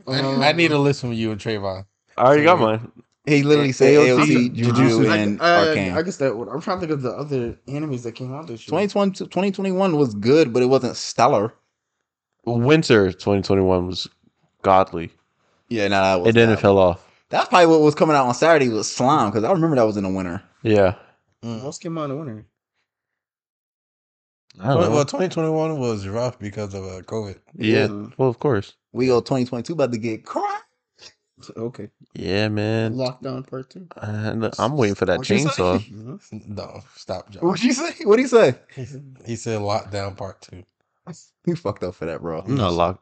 Um, I need a list from you and Trayvon. I already got Yeah. mine. he literally said AOT, AOT, Jujutsu, Jujutsu. and I, uh, Arcane. I, I guess that would. I'm trying to think of the other animes that came out this year. 2020, 2021 was good, but it wasn't stellar. Winter 2021 was godly. Yeah, no, that was. It then it bad. fell off. That's probably what was coming out on Saturday was Slime because I remember that was in the winter. Yeah. What Mm-hmm. else came out in the winter? I Well, 2021 was rough because of uh, COVID. Yeah. Mm. Well, of course. We go 2022 about to get cracked. Okay. Yeah, man. Lockdown part two. And I'm waiting for that What'd you say? chainsaw. Mhm. No, stop, John. What'd you say? What'd he say? He said lockdown part two. You fucked up for that, bro. No lock.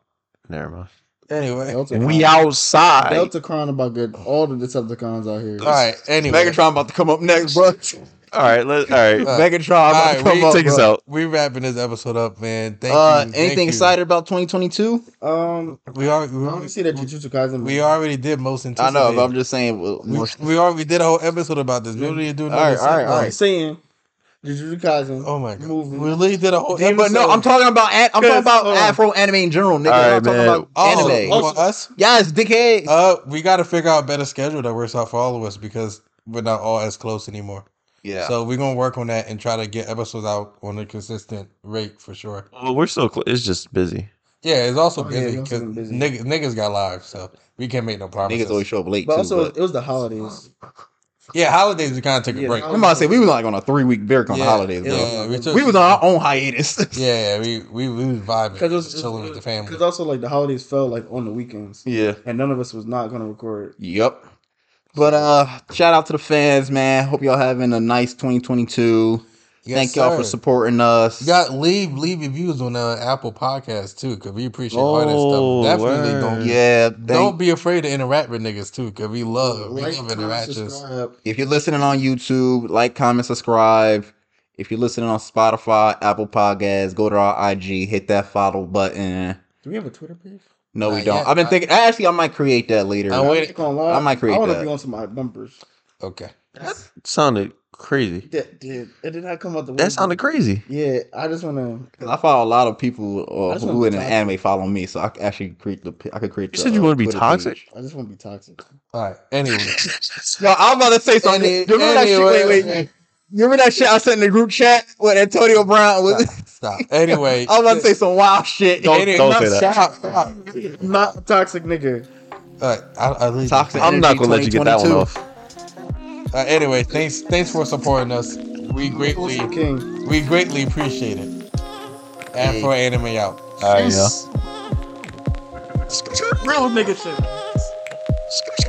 Never mind. Anyway, all Delta We Con. outside. Delta Con about good. All the Decepticons out here. right. Anyway, Megatron about to come up next, bro. All right. Let, all right. Uh, Megatron about to all right, come we- up. Take us Oh, bro. out. we wrapping this episode up, man. Thank Uh, you. anything Thank you. excited about 2022? Um, We already, we, I want to already, see that Jujutsu Kaisen. we already did most I anticipated. know, but I'm just saying. well, we, most- we already did a whole episode about this. We don't need to do All another. right, all right, segment. all I'm saying Jujutsu Kaisen. Oh my god, Movie. we literally did a whole. Yeah, but no, I'm talking about an- I'm talking Cause, about uh, Afro anime in general, nigga. All right, I'm talking man. about Oh, anime. oh, for us. Yes, dickhead. Uh, we got to figure out a better schedule that works out for all of us because we're not all as close anymore. yeah. So we're gonna work on that and try to get episodes out on a consistent rate for sure. Well, Oh, we're so close. It's just busy. Yeah, it's also Oh, yeah, busy we also because been busy. niggas, niggas got lives, so we can't make no promises. Niggas always show up late But too. also, but- it was the holidays. yeah, holidays we kind of took a Yeah, break. the I'm about to say we was like on a three week break on yeah, the holidays, yeah, bro. yeah, we took, We was on our own hiatus. Yeah, we we we was vibing, Because it was just chilling with the family. Because also, like the holidays fell like on the weekends, yeah. and none of us was not gonna record. Yep. But uh shout out to the fans, man. Hope y'all having a nice 2022. Yes, Thank y'all for sir. supporting us. You got leave leave reviews on uh, Apple Podcasts too, cause we appreciate all Oh, that stuff. Definitely don't yeah, thank, don't be afraid to interact with niggas too, cause we love we love comment, interactions. subscribe. if you're listening on YouTube, like, comment, subscribe. If you're listening on Spotify, Apple Podcasts, go to our IG, hit that follow button. Do we have a Twitter page? No, we Not don't. yet. I've been I- thinking. Actually, I might create that later. I wait- Not gonna lie, I might create I wanna that. be on some of my bumpers. Okay, sounded crazy. That did. It did not come out the. That woodwork. sounded crazy. Yeah, I just wanna. 'Cause I follow a lot of people I uh, just who wanna in be the toxic. anime follow me, so I could actually create the. I could create. You the, said you uh, wanna be Twitter toxic? page. I just wanna be toxic. all right. Anyway, No, I'm about to say something. Any- you remember that shit? Wait, wait. anyway. You remember that shit I sent in the group chat with Antonio Brown? Was, stop. stop. Anyway, I was about to say some wild shit. Don't- Anyway, don't no, say that. Stop. stop. Not a toxic nigga. All right, I, I leave. Toxic. I'm not Energy gonna let you get that one 2022. off. Uh, anyway, thanks thanks for supporting us. We greatly King. we greatly appreciate it. Afro Anime out. All right, yeah. Real nigga shit. Scooch,